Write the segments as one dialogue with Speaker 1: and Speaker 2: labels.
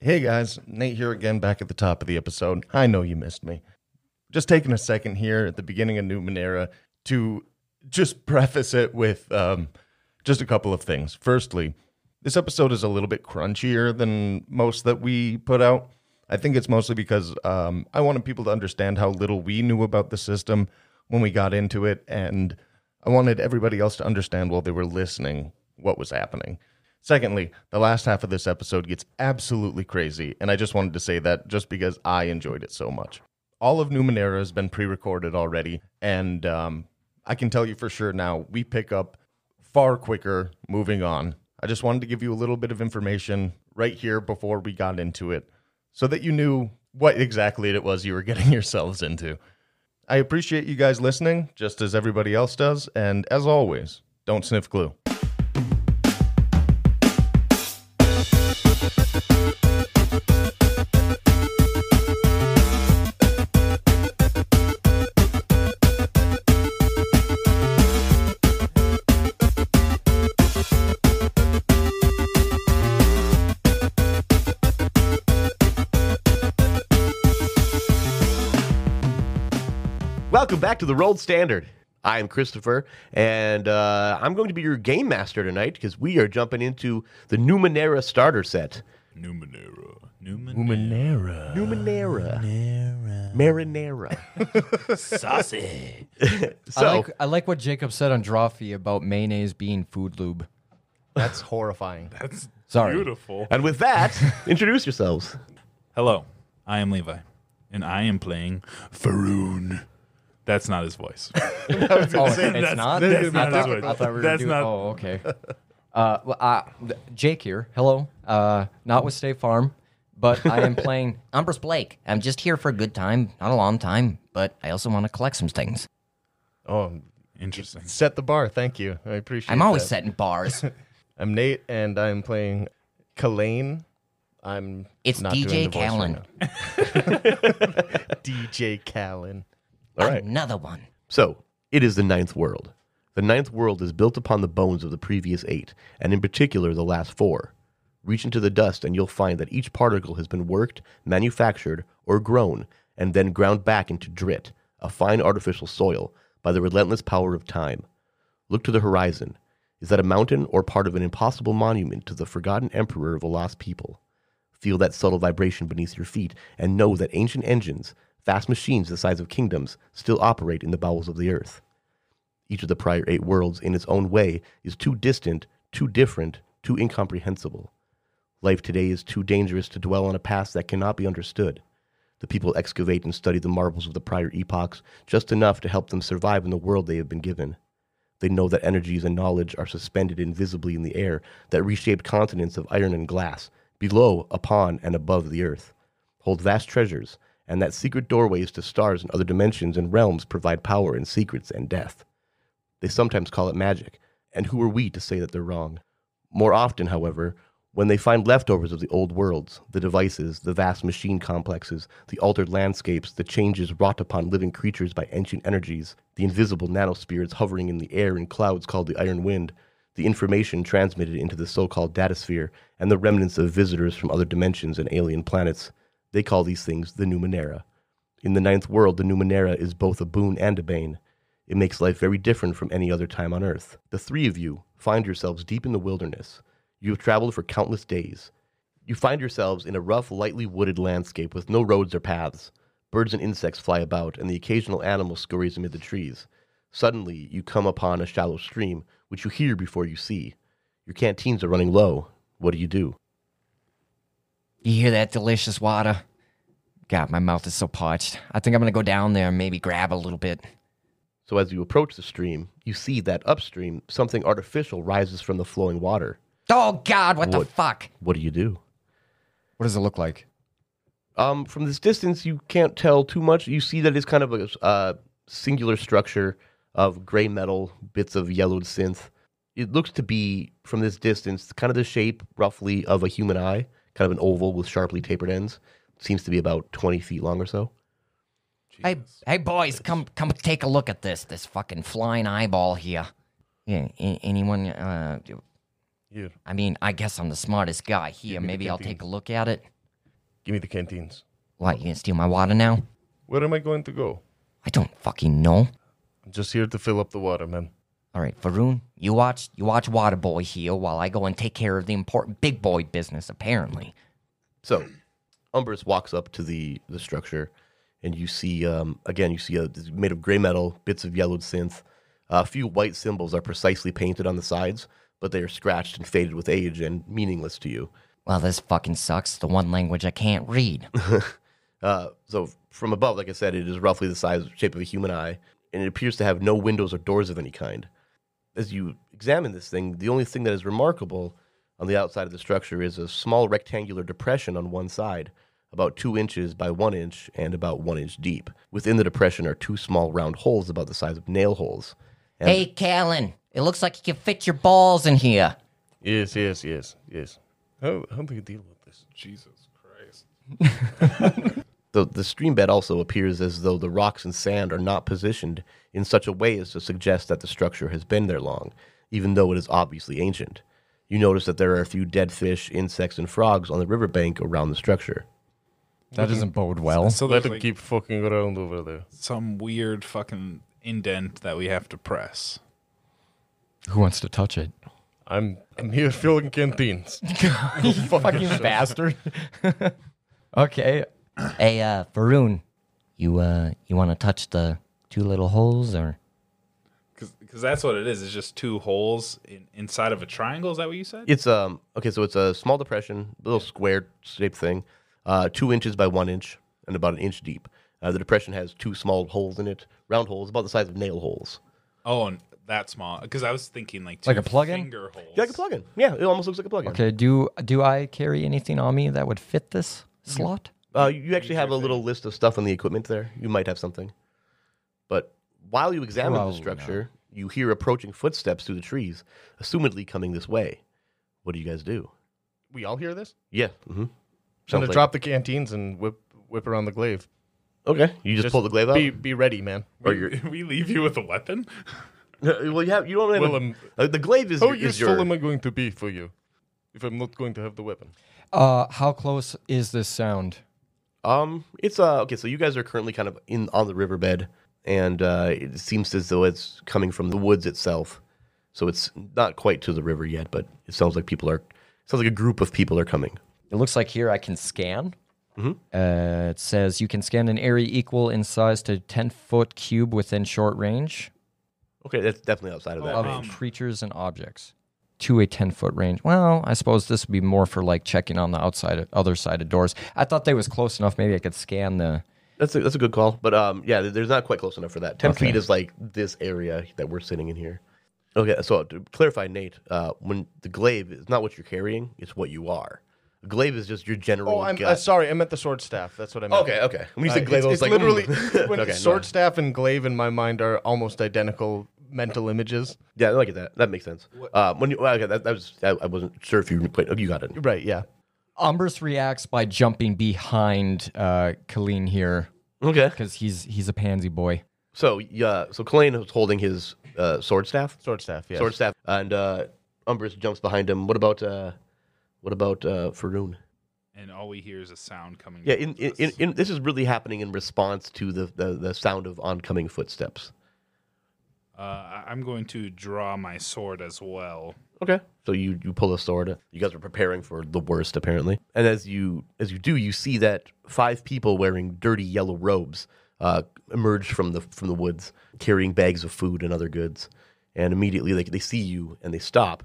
Speaker 1: Hey guys, Nate here again, back at the top of the episode. I know you missed me. Just taking a second here at the beginning of Numenera to just preface it with um, just a couple of things. Firstly, this episode is a little bit crunchier than most that we put out. I think it's mostly because um, I wanted people to understand how little we knew about the system when we got into it, and I wanted everybody else to understand while they were listening what was happening. Secondly, the last half of this episode gets absolutely crazy, and I just wanted to say that just because I enjoyed it so much. All of Numenera has been pre recorded already, and um, I can tell you for sure now we pick up far quicker moving on. I just wanted to give you a little bit of information right here before we got into it so that you knew what exactly it was you were getting yourselves into. I appreciate you guys listening, just as everybody else does, and as always, don't sniff glue.
Speaker 2: Welcome back to the Rolled Standard. I am Christopher, and uh, I'm going to be your game master tonight because we are jumping into the Numenera starter set.
Speaker 3: Numenera. Numenera.
Speaker 1: Numenera.
Speaker 2: Numenera. Marinara.
Speaker 3: Saucy.
Speaker 2: So
Speaker 4: I like, I like what Jacob said on Drawfee about mayonnaise being food lube.
Speaker 1: That's horrifying.
Speaker 3: That's
Speaker 4: Sorry.
Speaker 3: beautiful.
Speaker 2: And with that, introduce yourselves.
Speaker 3: Hello, I am Levi, and I am playing Faroon. That's not his voice.
Speaker 4: Oh, it's not.
Speaker 3: that's
Speaker 4: I
Speaker 3: not
Speaker 4: thought-
Speaker 3: his voice.
Speaker 4: I thought we were
Speaker 3: That's
Speaker 4: doing-
Speaker 3: not-
Speaker 4: Oh, okay. Uh, well, uh, th- Jake here. Hello. Uh, not with State Farm, but I am playing
Speaker 5: Umbrus Blake. I'm just here for a good time, not a long time, but I also want to collect some things.
Speaker 1: Oh,
Speaker 3: Interesting.
Speaker 1: set the bar. Thank you. I appreciate
Speaker 5: I'm always
Speaker 1: that.
Speaker 5: setting bars.
Speaker 1: I'm Nate, and I'm playing Kalane. I'm
Speaker 5: It's
Speaker 1: not
Speaker 5: DJ
Speaker 1: doing the voice right
Speaker 5: Callan.
Speaker 1: now. DJ Callan.
Speaker 2: All right.
Speaker 5: Another one.
Speaker 2: So, it is the ninth world. The ninth world is built upon the bones of the previous eight, and in particular the last four. Reach into the dust, and you'll find that each particle has been worked, manufactured, or grown, and then ground back into drit, a fine artificial soil, by the relentless power of time. Look to the horizon. Is that a mountain or part of an impossible monument to the forgotten emperor of a lost people? Feel that subtle vibration beneath your feet and know that ancient engines, vast machines the size of kingdoms, still operate in the bowels of the earth. Each of the prior eight worlds, in its own way, is too distant, too different, too incomprehensible. Life today is too dangerous to dwell on a past that cannot be understood. The people excavate and study the marvels of the prior epochs just enough to help them survive in the world they have been given. They know that energies and knowledge are suspended invisibly in the air that reshaped continents of iron and glass, below, upon, and above the earth, hold vast treasures, and that secret doorways to stars and other dimensions and realms provide power and secrets and death. They sometimes call it magic, and who are we to say that they're wrong? More often, however, when they find leftovers of the old worlds, the devices, the vast machine complexes, the altered landscapes, the changes wrought upon living creatures by ancient energies, the invisible nanospirits hovering in the air in clouds called the Iron Wind, the information transmitted into the so called datasphere, and the remnants of visitors from other dimensions and alien planets, they call these things the Numenera. In the ninth world, the Numenera is both a boon and a bane. It makes life very different from any other time on Earth. The three of you find yourselves deep in the wilderness. You have traveled for countless days. You find yourselves in a rough, lightly wooded landscape with no roads or paths. Birds and insects fly about, and the occasional animal scurries amid the trees. Suddenly, you come upon a shallow stream, which you hear before you see. Your canteens are running low. What do you do?
Speaker 5: You hear that delicious water? God, my mouth is so parched. I think I'm going to go down there and maybe grab a little bit.
Speaker 2: So, as you approach the stream, you see that upstream something artificial rises from the flowing water.
Speaker 5: Oh, God, what, the
Speaker 2: What?
Speaker 5: fuck?
Speaker 2: What do you do?
Speaker 4: What does it look like?
Speaker 2: Um, from this distance, you can't tell too much. You see that it's kind of a uh, singular structure of gray metal, bits of yellowed synth. It looks to be, from this distance, kind of the shape, roughly, of a human eye, kind of an oval with sharply tapered ends. Seems to be about 20 feet long or so.
Speaker 5: Hey, hey, boys, come come take a look at this. This fucking flying eyeball here. Yeah, a- anyone? Uh,
Speaker 1: Here.
Speaker 5: I mean, I guess I'm the smartest guy here.
Speaker 1: me the
Speaker 5: Maybe I'll
Speaker 1: canteen.
Speaker 5: take a look at it.
Speaker 1: Give me the canteens.
Speaker 5: What, you gonna steal my water now?
Speaker 1: Where am I going to go?
Speaker 5: I don't fucking know.
Speaker 1: I'm just here to fill up the water, man.
Speaker 5: All right, Varun, you watch you watch Water Boy here while I go and take care of the important big boy business. Apparently,
Speaker 2: So, Umbrus walks up to the the structure, and you see um, again you see a, it's made of gray metal, bits of yellowed synth. a few white symbols are precisely painted on the sides, but they are scratched and faded with age and meaningless to you.
Speaker 5: well, this fucking sucks. The one language I can't read.
Speaker 2: Uh, so from above, like I said, it is roughly the size shape of a human eye, and it appears to have no windows or doors of any kind. As you examine this thing, the only thing that is remarkable on the outside of the structure is a small rectangular depression on one side, about two inches by one inch and about one inch deep. Within the depression are two small round holes about the size of nail holes. And
Speaker 5: hey, Callan, it looks like you can fit your balls in here.
Speaker 1: Yes, yes, yes, yes. How how do you deal with this?
Speaker 6: Jesus Christ.
Speaker 2: The, the stream bed also appears as though the rocks and sand are not positioned in such a way as to suggest that the structure has been there long, even though it is obviously ancient. You notice that there are a few dead fish, insects, and frogs on the riverbank around the structure.
Speaker 4: That doesn't bode well.
Speaker 3: So
Speaker 1: Let
Speaker 3: there's
Speaker 1: them
Speaker 3: like
Speaker 1: keep fucking around over there.
Speaker 3: some weird fucking indent that we have to press.
Speaker 4: Who wants to touch it?
Speaker 1: I'm I'm here filling canteens.
Speaker 4: Fucking bastard. okay.
Speaker 5: Hey, uh, Varun, you uh, you want to touch the two little holes or?
Speaker 3: Because that's what it is. It's just two holes in, inside of a triangle. Is that what you said?
Speaker 2: It's um okay, so it's a small depression, little square shaped thing, uh, two inches by one inch and about an inch deep. Uh, the depression has two small holes in it, round holes about the size of nail holes.
Speaker 3: Oh, and that small. Because I was thinking like two
Speaker 4: Like a plug-in?
Speaker 3: finger holes.
Speaker 2: Yeah, like a plug-in. Yeah, it almost looks like a plug-in.
Speaker 4: Okay. Do do I carry anything on me that would fit this slot?
Speaker 2: Uh, you actually have a little list of stuff on the equipment there. You might have something. But while you examine the
Speaker 4: Probably
Speaker 2: structure, you hear approaching footsteps through the trees, assumedly coming this way. What do you guys do?
Speaker 1: We all hear this?
Speaker 2: Yeah. Mm-hmm.
Speaker 1: I'm gonna drop the canteens and whip whip around the glaive. Um,
Speaker 2: Okay. You just, pull the glaive out.
Speaker 1: Be be ready, man.
Speaker 2: or you're,
Speaker 3: we leave you with a weapon?
Speaker 2: well, you have. You don't have. a-
Speaker 1: Willem,
Speaker 2: uh, the glaive is,
Speaker 1: how
Speaker 2: is
Speaker 1: useful
Speaker 2: your.
Speaker 1: am I going to be for you if I'm not going to have the weapon?
Speaker 4: Uh, how close is this sound?
Speaker 2: Um, it's uh okay. So you guys are currently kind of in on the riverbed, and uh, it seems as though it's coming from the woods itself. So it's not quite to the river yet, but it sounds like people are. Sounds like a group of people are coming.
Speaker 4: It looks like here I can scan. Uh, it says you can scan an area equal in size to 10 foot cube within short range
Speaker 2: Okay, that's definitely outside of that.
Speaker 4: of Um, creatures and objects to a 10 foot range. Well, I suppose this would be more for like checking on the outside, other side of doors. I thought they was close enough. Maybe I could scan the.
Speaker 2: That's a, that's a good call, but um, yeah, there- there's not quite close enough for that. Ten feet is like this area that we're sitting in here. Okay, so to clarify, Nate, uh, when the glaive is not what you're carrying, it's what you are. A glaive is just your general.
Speaker 1: Oh, I'm
Speaker 2: gut.
Speaker 1: uh, sorry. I meant the sword staff. That's what I meant.
Speaker 2: Okay, okay. When you
Speaker 1: Uh,
Speaker 2: said glaive,
Speaker 1: it's,
Speaker 2: I was
Speaker 1: it's
Speaker 2: like,
Speaker 1: literally
Speaker 2: mm.
Speaker 1: when
Speaker 2: Okay, no.
Speaker 1: sword staff and glaive in my mind are almost identical mental images.
Speaker 2: Yeah, I like that. That makes sense. Uh, when you well, okay, that, that was I, I wasn't sure if you were playing. Okay, you got it.
Speaker 1: Right? Yeah.
Speaker 4: Umbrus reacts by jumping behind uh, Colleen here
Speaker 2: Okay.
Speaker 4: because he's he's a pansy boy.
Speaker 2: So yeah, so Colleen was holding his uh, sword staff,
Speaker 1: Sword staff. Yes.
Speaker 2: sword staff, and uh, Umbrus jumps behind him. What about uh, what about uh, Faroon?
Speaker 3: And all we hear is a sound coming.
Speaker 2: Yeah, in,
Speaker 3: towards
Speaker 2: in,
Speaker 3: us.
Speaker 2: in, in, this is really happening in response to the, the, the sound of oncoming footsteps.
Speaker 3: Uh, I- I'm going to draw my sword as well.
Speaker 2: Okay. So you, you pull a sword. You guys are preparing for the worst, apparently. And as you as you do, you see that five people wearing dirty yellow robes uh, emerge from the from the woods, carrying bags of food and other goods. And immediately they, they see you and they stop.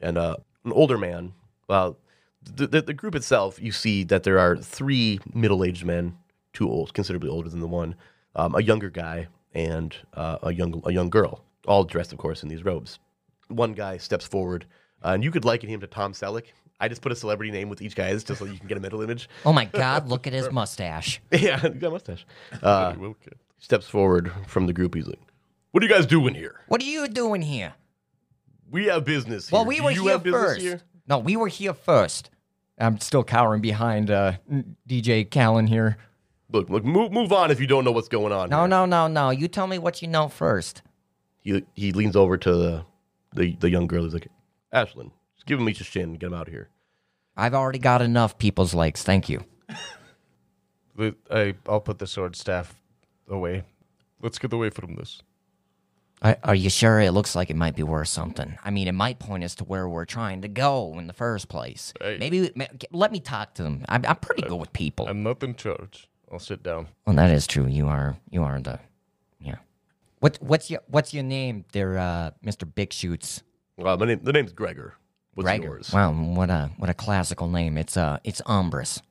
Speaker 2: And uh, an older man. Well, the, the the group itself, you see that there are three middle aged men, two old, considerably older than the one, um, a younger guy, and uh, a young a young girl, all dressed, of course, in these robes one guy steps forward, uh, and you could liken him to Tom Selleck. I just put a celebrity name with each guy's just so you can get a mental image.
Speaker 5: Oh my God, look at his mustache.
Speaker 2: yeah, he's got a mustache. Uh,
Speaker 1: Wilkins.
Speaker 2: steps forward from the group. He's like, "What are you guys doing here?
Speaker 5: What are you doing here?
Speaker 2: We have business here.
Speaker 5: Well, we
Speaker 2: Do
Speaker 5: were
Speaker 2: you
Speaker 5: here
Speaker 2: have business
Speaker 5: first.
Speaker 2: here?"
Speaker 5: No, we were here first.
Speaker 4: I'm still cowering behind uh, DJ Callan here.
Speaker 2: Look, look, move, move on if you don't know what's going on.
Speaker 5: No,
Speaker 2: here."
Speaker 5: no, no, no. You tell me what you know first.
Speaker 2: He he leans over to the the, the young girl. He's like, "Ashlyn, just give him each a shin and get him out of here."
Speaker 5: I've already got enough people's legs. Thank you.
Speaker 1: Let- I, I'll put the sword staff away. Let's get away from this.
Speaker 4: Are, are you sure it looks like it might be worth something? I mean, it might point us to where we're trying to go in the first place.
Speaker 1: Hey.
Speaker 4: Maybe we, ma- g- let me talk to them. I'm, I'm pretty good with people.
Speaker 1: I'm not in charge. I'll sit down.
Speaker 4: well, that is true. You are you are the yeah. What what's your what's your name, there, uh, Mister Big Shoots?
Speaker 2: Uh, my name, the name's Gregor. What's
Speaker 4: Gregor.
Speaker 2: yours?
Speaker 4: Wow, what a what a classical name. It's uh it's Umbrus.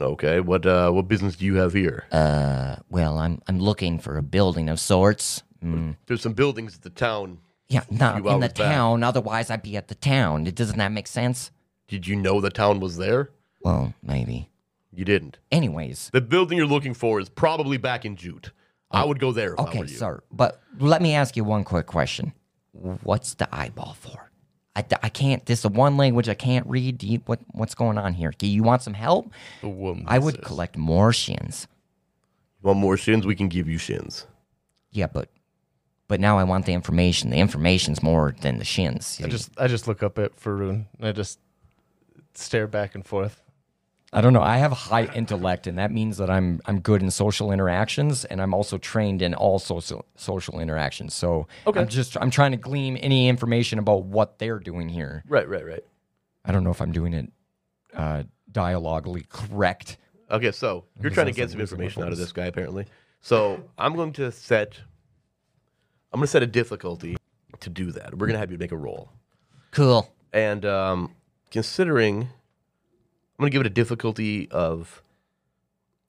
Speaker 2: Okay. What uh, what business do you have here?
Speaker 4: Uh, well, I'm I'm looking for a building of sorts. Mm.
Speaker 2: There's some buildings at the town.
Speaker 4: Yeah, not
Speaker 2: few
Speaker 4: in the
Speaker 2: hours back.
Speaker 4: town. Otherwise, I'd be at the town. Doesn't that make sense?
Speaker 2: Did you know the town was there?
Speaker 4: Well, maybe.
Speaker 2: You didn't.
Speaker 4: Anyways,
Speaker 2: The building you're looking for is probably back in Jute. I would go there if I were
Speaker 4: Oh. okay,
Speaker 2: you.
Speaker 4: sir. But let me ask you one quick question. What's the eyeball for? I, I can't. This is the one language I can't read. Do you, what what's going on here? Do you want some help?
Speaker 1: The woman.
Speaker 4: I would collect more shins.
Speaker 2: Want more shins? We can give you shins.
Speaker 4: Yeah, but but now I want the information. The information's more than the shins.
Speaker 1: I just I just look up at Faroon and I just stare back and forth.
Speaker 7: I don't know. I have high intellect, and that means that I'm I'm good in social interactions, and I'm also trained in all social social interactions. So I'm just I'm trying to glean any information about what they're doing here.
Speaker 2: Right, right, right.
Speaker 7: I don't know if I'm doing it uh, dialogically correct.
Speaker 2: Okay, so you're trying to get some information out of this guy apparently. So I'm going to set I'm gonna set a difficulty to do that. We're gonna have you make a roll.
Speaker 4: cool.
Speaker 2: And um, considering I'm gonna give it a difficulty of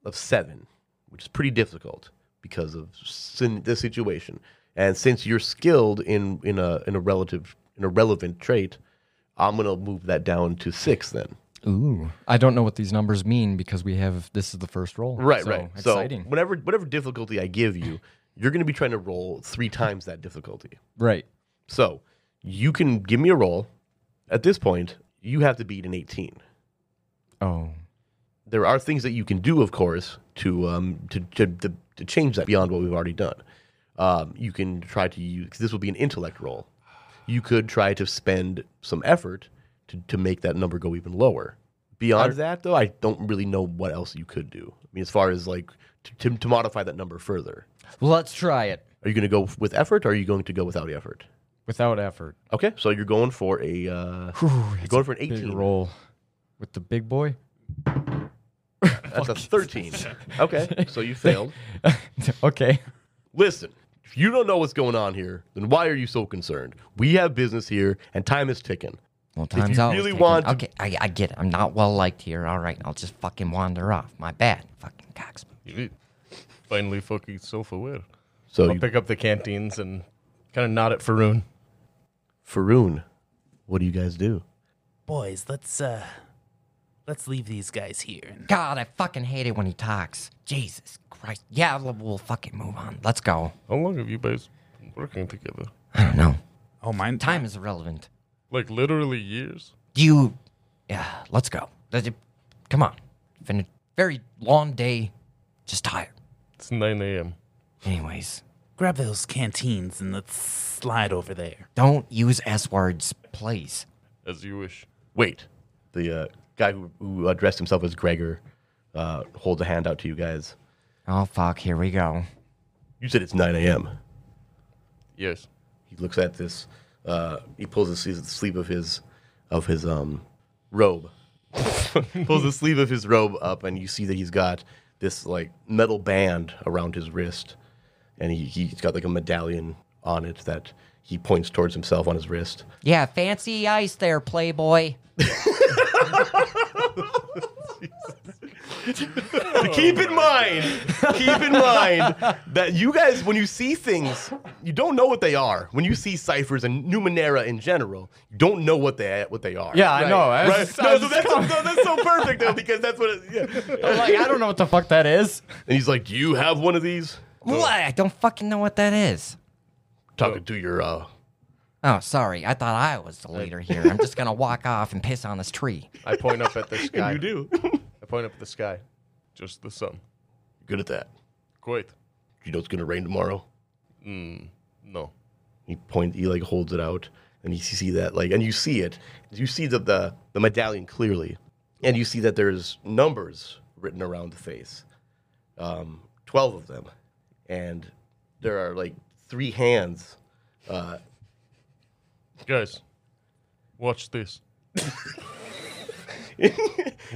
Speaker 2: of seven, which is pretty difficult because of sin- this situation. And since you're skilled in in a in a relative in a relevant trait, I'm gonna move that down to six then.
Speaker 7: Ooh, I don't know what these numbers mean because we have this is the first roll.
Speaker 2: Right,
Speaker 7: So,
Speaker 2: right.
Speaker 7: Exciting.
Speaker 2: So whatever whatever difficulty I give you, you're going to be trying to roll three times that difficulty.
Speaker 7: right.
Speaker 2: So you can give me a roll. At this point, you have to beat an 18.
Speaker 7: Oh,
Speaker 2: There are things that you can do, of course, to um to to, to, to change that beyond what we've already done. Um, you can try to use 'cause this will be an intellect roll. You could try to spend some effort to, to make that number go even lower. Beyond that, though, I don't really know what else you could do. I mean, as far as like to, to, to modify that number further.
Speaker 7: let's try it
Speaker 2: Are you going to go with effort or are you going to go without effort?
Speaker 7: without effort.
Speaker 2: Okay, so you're going for a uh, you're going for an 18
Speaker 7: Big roll with the big boy.
Speaker 2: That's a 13. okay, so you failed.
Speaker 7: okay.
Speaker 2: Listen, if you don't know what's going on here, then why are you so concerned? We have business here and time is ticking.
Speaker 4: Well, time's
Speaker 2: you
Speaker 4: always
Speaker 2: really
Speaker 4: ticking.
Speaker 2: want to-
Speaker 4: okay, I, I get it. I'm not well liked here. All right, I'll just fucking wander off. My bad. Fucking cocks.
Speaker 1: Finally fucking self aware.
Speaker 2: So
Speaker 1: I'll
Speaker 2: you,
Speaker 1: pick up the canteens and kind of nod at Faroon.
Speaker 2: Faroon, what do you guys do?
Speaker 3: Boys, let's uh let's leave these guys here. And
Speaker 4: God, I fucking hate it when he talks. Jesus Christ. Yeah, we'll, we'll fucking move on. Let's go.
Speaker 1: How long have you guys been working together?
Speaker 4: I don't know.
Speaker 8: Oh, mine.
Speaker 4: Time is irrelevant.
Speaker 1: Like literally years?
Speaker 4: Do you? Yeah, let's go. Let's- Come on. Been a very long day. Just tired.
Speaker 1: It's 9 a.m.
Speaker 4: Anyways,
Speaker 3: grab those canteens and let's slide over there.
Speaker 4: don't use S words, please.
Speaker 1: As you wish.
Speaker 2: Wait, the uh, guy who, who addressed himself as Gregor uh, holds a hand out to you guys.
Speaker 4: Oh, fuck. Here we go.
Speaker 2: You said it's 9 a.m.
Speaker 1: Yes.
Speaker 2: He looks at this. Uh, he pulls the sleeve- the sleeve of his of his um, robe. pulls the sleeve of his robe up, and you see that he's got this like metal band around his wrist, and he, he's got like a medallion on it that he points towards himself on his wrist.
Speaker 4: Yeah, fancy ice there, Playboy.
Speaker 2: keep in mind, keep in mind that you guys, when you see things, you don't know what they are. When you see ciphers and Numenera in general, you don't know what they what they are.
Speaker 7: Yeah, I know. I
Speaker 2: Right?
Speaker 7: was- I
Speaker 2: No,
Speaker 7: was
Speaker 2: so
Speaker 7: just
Speaker 2: that's, so, that's so perfect though because that's what. It, yeah.
Speaker 7: Like I don't know what the fuck that is.
Speaker 2: And he's like, "Do you have one of these?"
Speaker 4: What? I don't fucking know what that is.
Speaker 2: Talking to your uh,
Speaker 4: Oh, sorry. I thought I was the leader here. I'm just gonna walk off and piss on this tree.
Speaker 1: I point up at the sky.
Speaker 2: you do
Speaker 1: I point up at the sky. Just the sun.
Speaker 2: good at that.
Speaker 1: Quite.
Speaker 2: You know it's gonna rain tomorrow.
Speaker 1: No.
Speaker 2: He point. He like holds it out, and you see that like, and you see it. You see the the, the medallion clearly, and you see that there's numbers written around the face, um, 12 of them. And there are like three hands. Uh,
Speaker 1: Guys, watch this.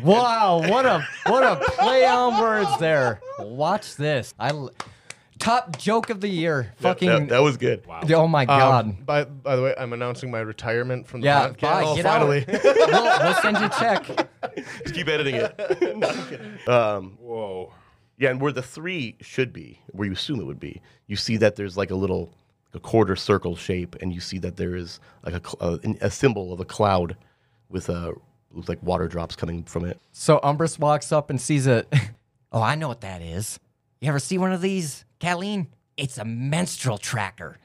Speaker 4: Wow, what a what a play on words there. Watch this. I l- top joke of the year. Fucking
Speaker 2: that, that was good.
Speaker 4: Oh my god.
Speaker 1: by by the way, I'm announcing my retirement from the
Speaker 4: yeah,
Speaker 1: podcast.
Speaker 4: bye.
Speaker 1: Oh,
Speaker 4: Get out.
Speaker 1: finally.
Speaker 4: we'll, we'll send you a check.
Speaker 2: Just keep editing it. No, I'm kidding. um, Whoa. Yeah, and where the three should be, where you assume it would be, you see that there's like a little a quarter circle shape, and you see that there is like a cl- uh, a, a symbol of a cloud with a with like water drops coming from it.
Speaker 4: So Umbris walks up and sees it.
Speaker 5: Oh, I know what that is. You ever see one of these, Kathleen? It's a menstrual tracker.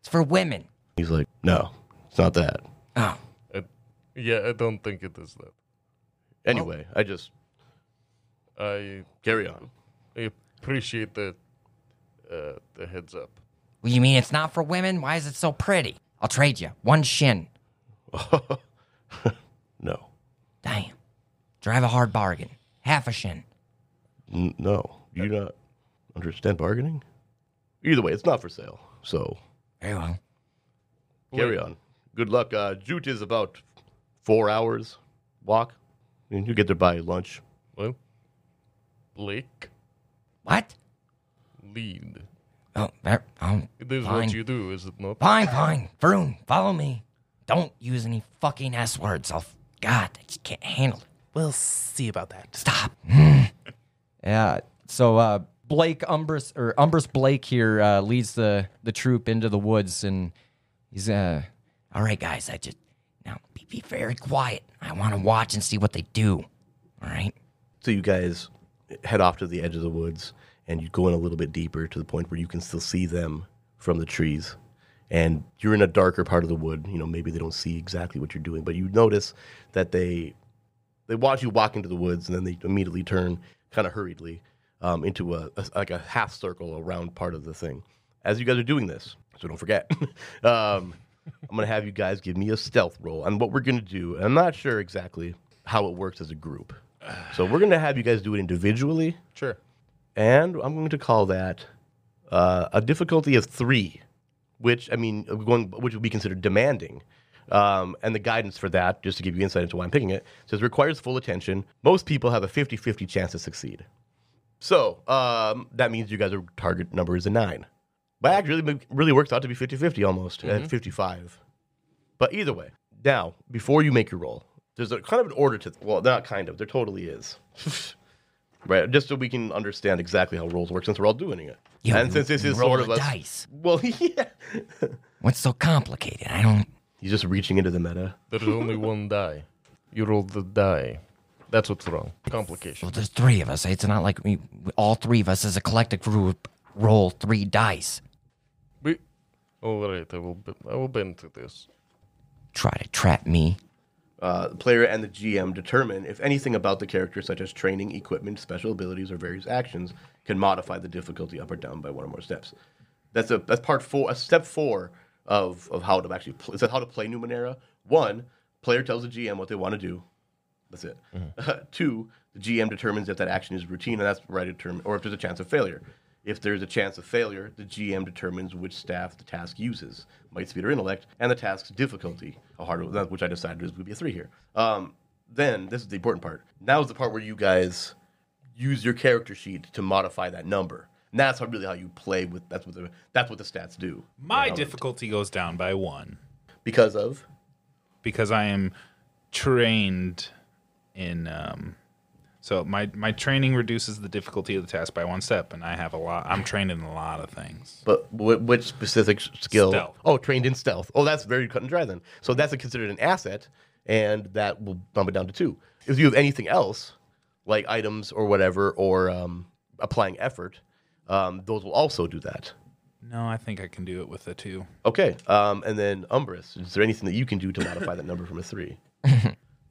Speaker 5: It's for women.
Speaker 2: He's like, "No, it's not that."
Speaker 5: Oh,
Speaker 1: I- yeah, I don't think it is that.
Speaker 2: Anyway, I just
Speaker 1: I
Speaker 2: carry on.
Speaker 1: I appreciate the uh, the heads up.
Speaker 5: well, you mean it's not for women? Why is it so pretty? I'll trade you one shin.
Speaker 2: No,
Speaker 5: Damn. Drive a hard bargain. Half a shin.
Speaker 2: N- no, you not understand bargaining. Either way, it's not for sale. So
Speaker 5: Very well.
Speaker 2: Carry on. Good luck. Uh, Jute is about four hours walk, and you get there by lunch.
Speaker 1: Well, Blake,
Speaker 5: What?
Speaker 1: lead.
Speaker 5: Oh, there. Oh,
Speaker 1: It is
Speaker 5: Fine.
Speaker 1: what you do, is it not?
Speaker 5: fine, fine. Vroom, follow me. Don't use any fucking S words. I'll. f- God, I just can't handle it.
Speaker 6: We'll see about that.
Speaker 5: Stop.
Speaker 4: Yeah. So uh, Blake Umbris or Umbris Blake here uh, leads the the troop into the woods, and he's uh,
Speaker 5: All right, guys, I just now be, be very quiet. I want to watch and see what they do. All right.
Speaker 2: So you guys head off to the edge of the woods, and you go in a little bit deeper to the point where you can still see them from the trees. And you're in a darker part of the wood. You know, maybe they don't see exactly what you're doing, but you notice that they they watch you walk into the woods, and then they immediately turn, kind of hurriedly, um, into a, a like a half circle around part of the thing. As you guys are doing this, so don't forget. um, I'm gonna have you guys give me a stealth roll on what we're gonna do. And I'm not sure exactly how it works as a group, so we're gonna have you guys do it individually,
Speaker 1: Sure.
Speaker 2: and I'm going to call that uh, a difficulty of three, which I mean, going which would be considered demanding. Um, and the guidance for that, just to give you insight into why I'm picking it, says requires full attention. Most people have a 50 50 chance to succeed. So um, that means you guys' are target number is a nine. But actually, it really works out to be 50 50 almost
Speaker 5: Mm-hmm.
Speaker 2: at 55. But either way, now, before you make your roll, there's a kind of an order to, well, not kind of, there totally is. right, just so we can understand exactly how rolls work since we're all doing it.
Speaker 5: You-
Speaker 2: and since this
Speaker 5: you
Speaker 2: is
Speaker 5: roll
Speaker 2: sort
Speaker 5: the
Speaker 2: of us-
Speaker 5: dice.
Speaker 2: Well, yeah.
Speaker 5: What's so complicated? I don't.
Speaker 2: He's just reaching into the meta.
Speaker 1: There's only one die. You roll the die. That's what's wrong. Complication.
Speaker 5: Well, there's three of us. It's not like we, all three of us as a collective group roll three dice.
Speaker 1: We, all right, I will. b- I will bend to this.
Speaker 5: Try to trap me.
Speaker 2: Uh, the player and the GM determine if anything about the character, such as training, equipment, special abilities, or various actions, can modify the difficulty up or down by one or more steps. That's a that's part four, a step four of of how to actually pl- is that how to play Numenera. One, player tells the GM what they want to do. That's it. Two, the GM determines if that action is routine, and that's right determine, or if there's a chance of failure. If there's a chance of failure, the GM determines which staff the task uses, might speed or intellect, and the task's difficulty, a hard one, which I decided is would be a three here. Um, then this is the important part. Now is the part where you guys use your character sheet to modify that number. And that's how, really how you play with. That's what the that's what the stats do.
Speaker 3: My difficulty goes down by one
Speaker 2: Because of
Speaker 3: because I am trained in. Um, so my my training reduces the difficulty of the task by one step, and I have a lot. I'm trained in a lot of things.
Speaker 2: But wh- which specific s- skill?
Speaker 3: Stealth.
Speaker 2: Oh, trained in stealth. Oh, that's very cut and dry then. So that's a, considered an asset, and that will bump it down to two. If you have anything else, like items or whatever, or um, applying effort, um, those will also do that.
Speaker 3: No, I think I can do it with a two.
Speaker 2: Okay. Um, and then Umbris, is there anything that you can do to modify that number from a three?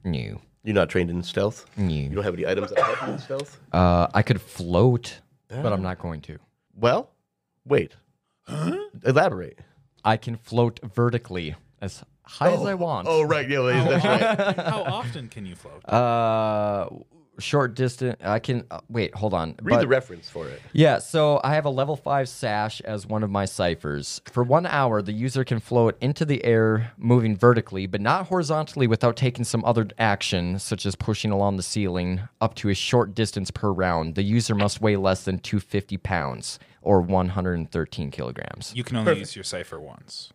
Speaker 4: new.
Speaker 2: You're not trained in stealth. You
Speaker 4: New.
Speaker 2: don't have any items that help you in stealth.
Speaker 4: Uh, I could float, but I'm not going to.
Speaker 2: Well, wait. Elaborate.
Speaker 4: I can float vertically as high as I want.
Speaker 2: Oh right, yeah, well, that's right.
Speaker 3: How often can you float?
Speaker 4: Uh, short distance. I can uh, wait. Hold on.
Speaker 2: Read
Speaker 4: but-
Speaker 2: the reference for it.
Speaker 4: Yeah, so I have a level 5 sash as one of my ciphers. For one hour, the user can float into the air, moving vertically, but not horizontally without taking some other action, such as pushing along the ceiling, up to a short distance per round. The user must weigh less than 250 pounds or 113 kilograms.
Speaker 3: You can only use your cipher once.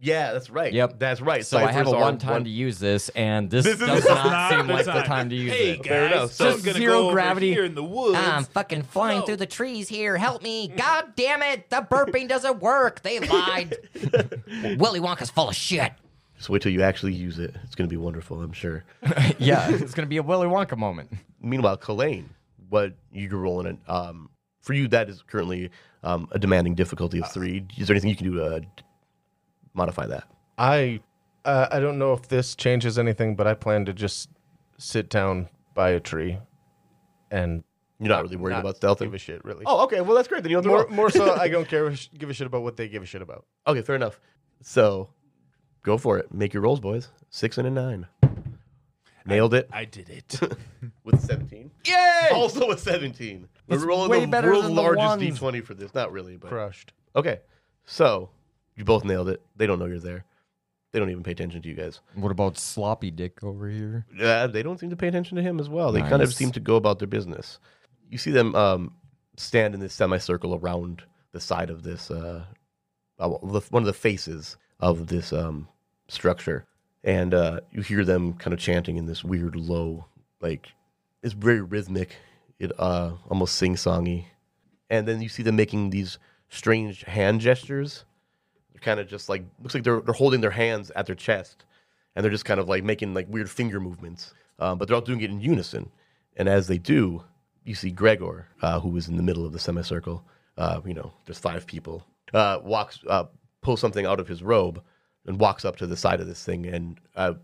Speaker 2: Yeah, that's right.
Speaker 4: Yep.
Speaker 2: that's right.
Speaker 4: So I have
Speaker 2: Ciphers
Speaker 4: a
Speaker 2: are
Speaker 4: one time to use this, and this, does not, seem like the time to use
Speaker 3: hey
Speaker 4: it.
Speaker 2: Fair enough.
Speaker 3: guys,
Speaker 2: So-
Speaker 3: I'm gonna
Speaker 4: Zero
Speaker 3: go over
Speaker 4: gravity. Um,
Speaker 3: here in the woods.
Speaker 5: I'm fucking flying
Speaker 3: No.
Speaker 5: through the trees here. Help me. God damn it. The burping doesn't work. They lied. Willy Wonka's full of shit.
Speaker 2: Just wait till you actually use it. It's going to be wonderful, I'm sure.
Speaker 4: yeah, it's going to be a Willy Wonka moment.
Speaker 2: Meanwhile, Colleen, what you're rolling in, um, for you, that is currently um, a demanding difficulty of three. Is there anything you can do to uh, modify that?
Speaker 1: I uh, I don't know if this changes anything, but I plan to just sit down by a tree and
Speaker 2: You're not really worried
Speaker 1: not
Speaker 2: about stealth.
Speaker 1: give a shit really.
Speaker 2: Oh, okay. Well, that's great. Then you don't have to
Speaker 1: more, more
Speaker 2: roll.
Speaker 1: so, I don't care sh- give a shit about what they give a shit about.
Speaker 2: Okay, fair enough. So go for it. Make your rolls, boys. Six and a nine. Nailed it
Speaker 3: I did it.
Speaker 2: with 17.
Speaker 4: Yay!
Speaker 2: Also with 17. We're rolling
Speaker 4: way
Speaker 2: the
Speaker 4: better
Speaker 2: world's
Speaker 4: than the
Speaker 2: largest
Speaker 4: ones.
Speaker 2: d20 for this. Not really, but.
Speaker 1: Crushed.
Speaker 2: Okay. So you both nailed it. They don't know you're there. They don't even pay attention to you guys.
Speaker 4: What about Sloppy Dick over here?
Speaker 2: Uh, they don't seem to pay attention to him as well. They kind of
Speaker 4: Nice.
Speaker 2: seem to go about their business. You see them um, stand in this semicircle around the side of this, uh, uh, the- one of the faces of this um, structure, and uh, you hear them kind of chanting in this weird low, like it's very rhythmic. It uh, almost sing-songy, and then you see them making these strange hand gestures. They're kind of just like looks like they're they're holding their hands at their chest, and they're just kind of like making like weird finger movements. Um, but they're all doing it in unison. And as they do, you see Gregor, uh, who is in the middle of the semicircle. Uh, you know, there's five people. Uh, walks, uh, pulls something out of his robe, and walks up to the side of this thing and uh,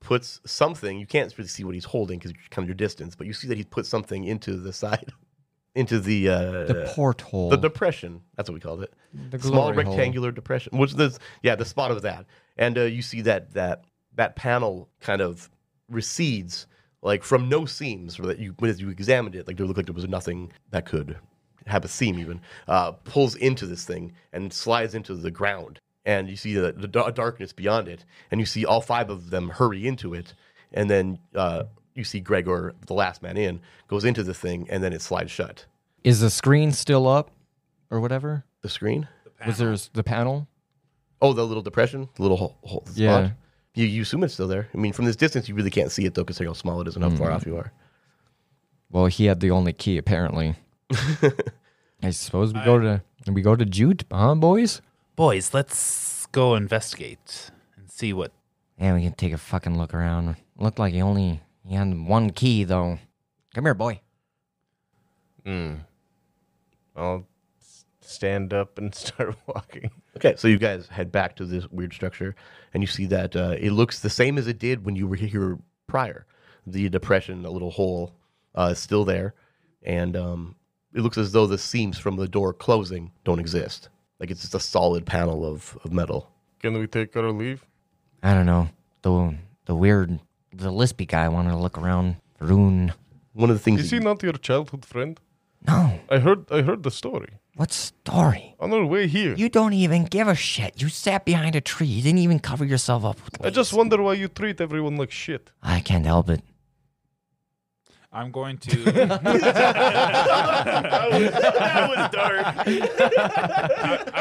Speaker 2: puts something. You can't really see what he's holding because kind of your distance, but you see that he's put something into the side, into the uh,
Speaker 4: The porthole.
Speaker 2: the depression. That's what we called it.
Speaker 4: The
Speaker 2: Small
Speaker 4: glory hole.
Speaker 2: rectangular depression. Which is yeah, the spot of that. And uh, you see that that that panel kind of recedes like from no seams or that you when you examined it, like there looked like there was nothing that could have a seam even, uh, pulls into this thing and slides into the ground. And you see the, the da- darkness beyond it, and you see all five of them hurry into it, and then uh, you see Gregor, the last man in, goes into the thing, and then it slides shut.
Speaker 4: Is the screen still up or whatever?
Speaker 2: The screen.
Speaker 4: Was there s- the panel?
Speaker 2: Oh, the little depression, the little hole, hole spot.
Speaker 4: Yeah.
Speaker 2: You, you assume it's still there. I mean, from this distance, you really can't see it though, because how small it is and how far off you are.
Speaker 4: Well, he had the only key apparently. I suppose we go to we go to Jute, huh, boys?
Speaker 6: Boys, let's go investigate and see what.
Speaker 5: Yeah, we can take a fucking look around. Looked like he only he had one key though. Come here, boy.
Speaker 1: I'll s- stand up and start walking.
Speaker 2: Okay, so you guys head back to this weird structure, and you see that uh, it looks the same as it did when you were here prior. The depression, the little hole, uh, is still there, and um, it looks as though the seams from the door closing don't exist. Like it's just a solid panel of, of metal.
Speaker 1: Can we take our leave?
Speaker 5: I don't know. The the weird the lispy guy wanted to look around. Rune.
Speaker 2: One of the things
Speaker 1: Is
Speaker 2: that
Speaker 1: he not your childhood friend?
Speaker 5: No.
Speaker 1: I heard I heard the story.
Speaker 5: What story?
Speaker 1: On our way here,
Speaker 5: You don't even give a shit. You sat behind a tree. You didn't even cover yourself up with
Speaker 1: I just wonder why you treat everyone like shit.
Speaker 5: I can't help it.
Speaker 3: I'm going to.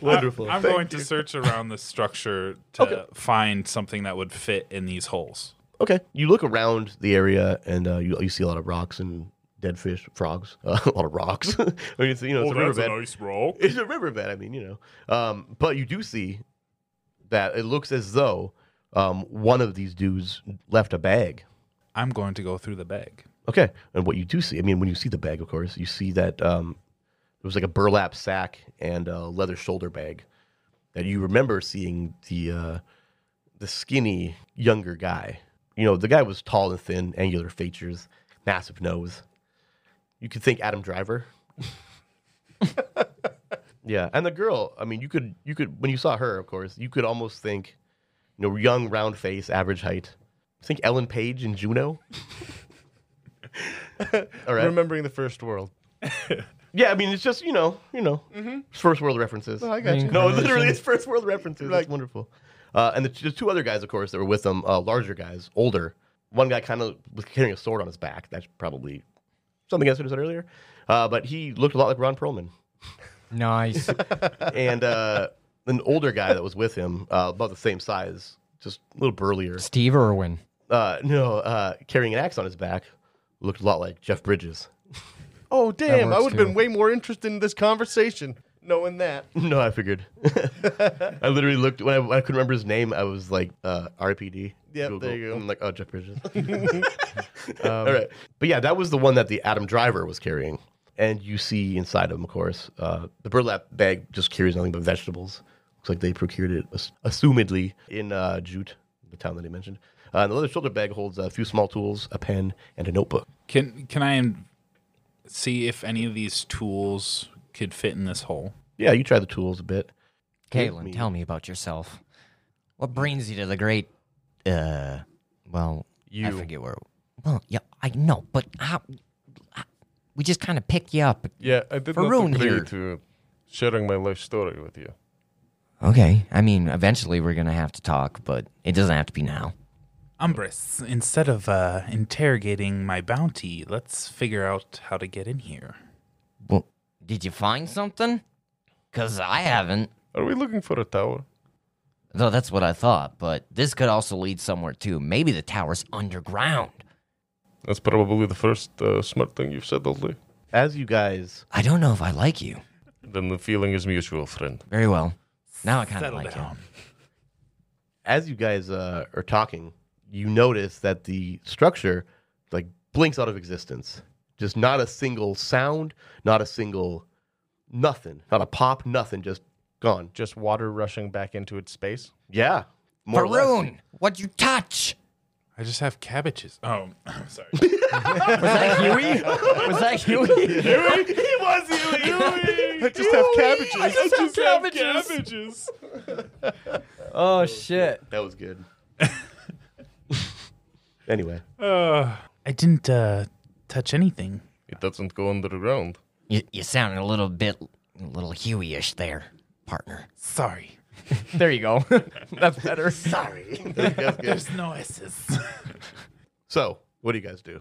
Speaker 2: wonderful.
Speaker 3: I'm going to search around the structure to find something that would fit in these holes.
Speaker 2: Okay. You look around the area and uh, you, you see a lot of rocks and dead fish, frogs, uh, a lot of rocks. I mean, it's, you know, it's a riverbed.
Speaker 3: Oh, nice roll.
Speaker 2: It's a riverbed. I mean, you know. Um, but you do see that it looks as though um, one of these dudes left a bag.
Speaker 3: I'm going to go through the bag.
Speaker 2: Okay. And what you do see, I mean, when you see the bag, of course, you see that um, it was like a burlap sack and a leather shoulder bag that you remember seeing the uh, the skinny younger guy. You know, the guy was tall and thin, angular features, massive nose. You could think Adam Driver. yeah, and the girl. I mean, you could you could when you saw her, of course, you could almost think, you know, young, round face, average height. Think Ellen Page in Juno. All right.
Speaker 1: Remembering the first world.
Speaker 2: yeah, I mean, it's just you know, you know, first world references.
Speaker 1: Mm-hmm. I got you.
Speaker 2: No, literally, it's first world references. That's wonderful. Uh, and the, t- the two other guys, of course, that were with them, uh, larger guys, older. One guy kind of was carrying a sword on his back. That's probably something I should have said earlier. Uh, but he looked a lot like Ron Perlman.
Speaker 9: Nice.
Speaker 2: And uh, an older guy that was with him, uh, about the same size, just a little burlier.
Speaker 9: Steve Irwin.
Speaker 2: Uh, no, uh, carrying an axe on his back, looked a lot like Jeff Bridges.
Speaker 1: Oh, damn. I
Speaker 9: works
Speaker 1: would have been
Speaker 9: too.
Speaker 1: way more interested in this conversation knowing that.
Speaker 2: No, I figured. I literally looked when I, when I couldn't remember his name. I was like uh, RPD.
Speaker 1: Yep,
Speaker 2: Google.
Speaker 1: there you go.
Speaker 2: I'm like, oh, Jeff Bridges. Um, All right, but yeah, that was the one that the Adam Driver was carrying, and you see inside of him, of course, uh, the burlap bag just carries nothing but vegetables. Looks like they procured it, ass- assumedly, in uh, Jute, the town that he mentioned. Uh, and the leather shoulder bag holds a few small tools, a pen, and a notebook.
Speaker 10: Can can I um, see if any of these tools could fit in this hole?
Speaker 2: Yeah, you try the tools a bit.
Speaker 4: Caitlin,
Speaker 2: me-
Speaker 4: tell me about yourself. What brings you to the great? Uh, well, I
Speaker 2: You.
Speaker 4: forget where. Well, yeah, I know, but how? how- we just kind of picked you up.
Speaker 1: Yeah, I did
Speaker 4: nothing Varun here. great
Speaker 1: to sharing my life story with you.
Speaker 4: Okay, I mean, eventually we're gonna have to talk, but it doesn't have to be now.
Speaker 3: Umbris, instead of uh, interrogating my bounty, let's figure out how to get in here.
Speaker 4: Well, did you find something? Cause I haven't.
Speaker 1: Are we looking for a tower?
Speaker 4: Though that's what I thought, but this could also lead somewhere too. Maybe the tower's underground.
Speaker 1: That's probably the first uh, smart thing you've said all day.
Speaker 2: As you guys,
Speaker 4: I don't know if I like you.
Speaker 1: Then the feeling is mutual, friend.
Speaker 4: Very well. Now I kind of
Speaker 3: Settle
Speaker 4: like
Speaker 3: down.
Speaker 4: you.
Speaker 2: as you guys uh, are talking, you notice that the structure like blinks out of existence. Just not a single sound, not a single nothing, not a pop, nothing, just gone.
Speaker 1: Just water rushing back into its space.
Speaker 2: Yeah, more or less.
Speaker 4: Maroon, what'd you touch?
Speaker 10: I just have cabbages. Oh, I'm sorry.
Speaker 4: Was that Huey?
Speaker 1: I just have cabbages. I just have cabbages.
Speaker 9: Oh shit.
Speaker 2: That was good. anyway,
Speaker 3: I didn't uh, touch anything.
Speaker 1: It doesn't go underground.
Speaker 4: you, you sounded a little bit, a little Huey-ish there, partner.
Speaker 3: Sorry.
Speaker 9: There you go. That's better.
Speaker 4: Sorry.
Speaker 2: that's good.
Speaker 3: There's no S's.
Speaker 2: So, what do you guys do?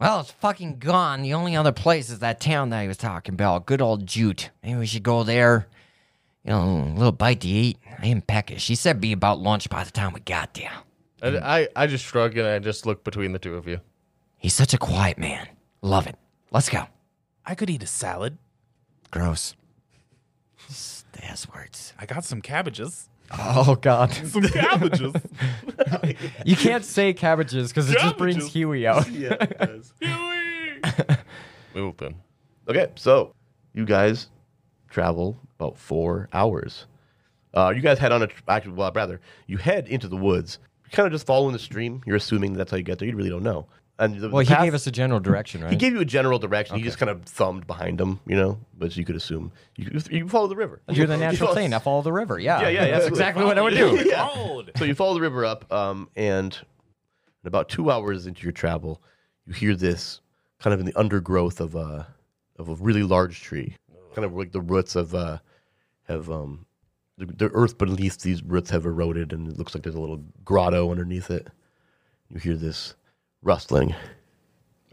Speaker 4: well, it's fucking gone. The only other place is that town that he was talking about. Good old Jute. Maybe we should go there. You know, a little bite to eat. I am peckish. She said be about lunch by the time we got there.
Speaker 1: I, I, I just shrug and I just look between the two of you.
Speaker 4: He's such a quiet man. Love it. Let's go.
Speaker 3: I could eat a salad.
Speaker 4: Gross. The S words.
Speaker 10: I got some cabbages.
Speaker 9: Oh god.
Speaker 10: Some cabbages.
Speaker 9: You can't say cabbages because it just brings
Speaker 10: Cabbages.
Speaker 9: Huey out.
Speaker 1: Well then.
Speaker 2: Okay, so you guys travel about four hours. Uh, you guys head on a tr- actually, well, rather, you head into the woods. You're kind of just following the stream. You're assuming that's how you get there. You really don't know. And the,
Speaker 9: Well,
Speaker 2: the
Speaker 9: he
Speaker 2: path-
Speaker 9: gave us a general direction,
Speaker 2: he
Speaker 9: right?
Speaker 2: gave you a general direction. He just kind of thumbed behind him, you know, which you could assume. You, you follow the river.
Speaker 9: Do the
Speaker 2: You
Speaker 9: natural
Speaker 2: follow-
Speaker 9: thing. I follow the river. Yeah.
Speaker 2: Yeah, yeah,
Speaker 9: That's
Speaker 2: absolutely.
Speaker 9: exactly what I would
Speaker 3: Oh,
Speaker 9: do.
Speaker 2: Yeah.
Speaker 10: Cold.
Speaker 2: So you follow the river up, um, and in about two hours into your travel, you hear this kind of in the undergrowth of a of a really large tree, kind of like the roots of uh, have um, the, the earth beneath these roots have eroded, and it looks like there's a little grotto underneath it. You hear this rustling.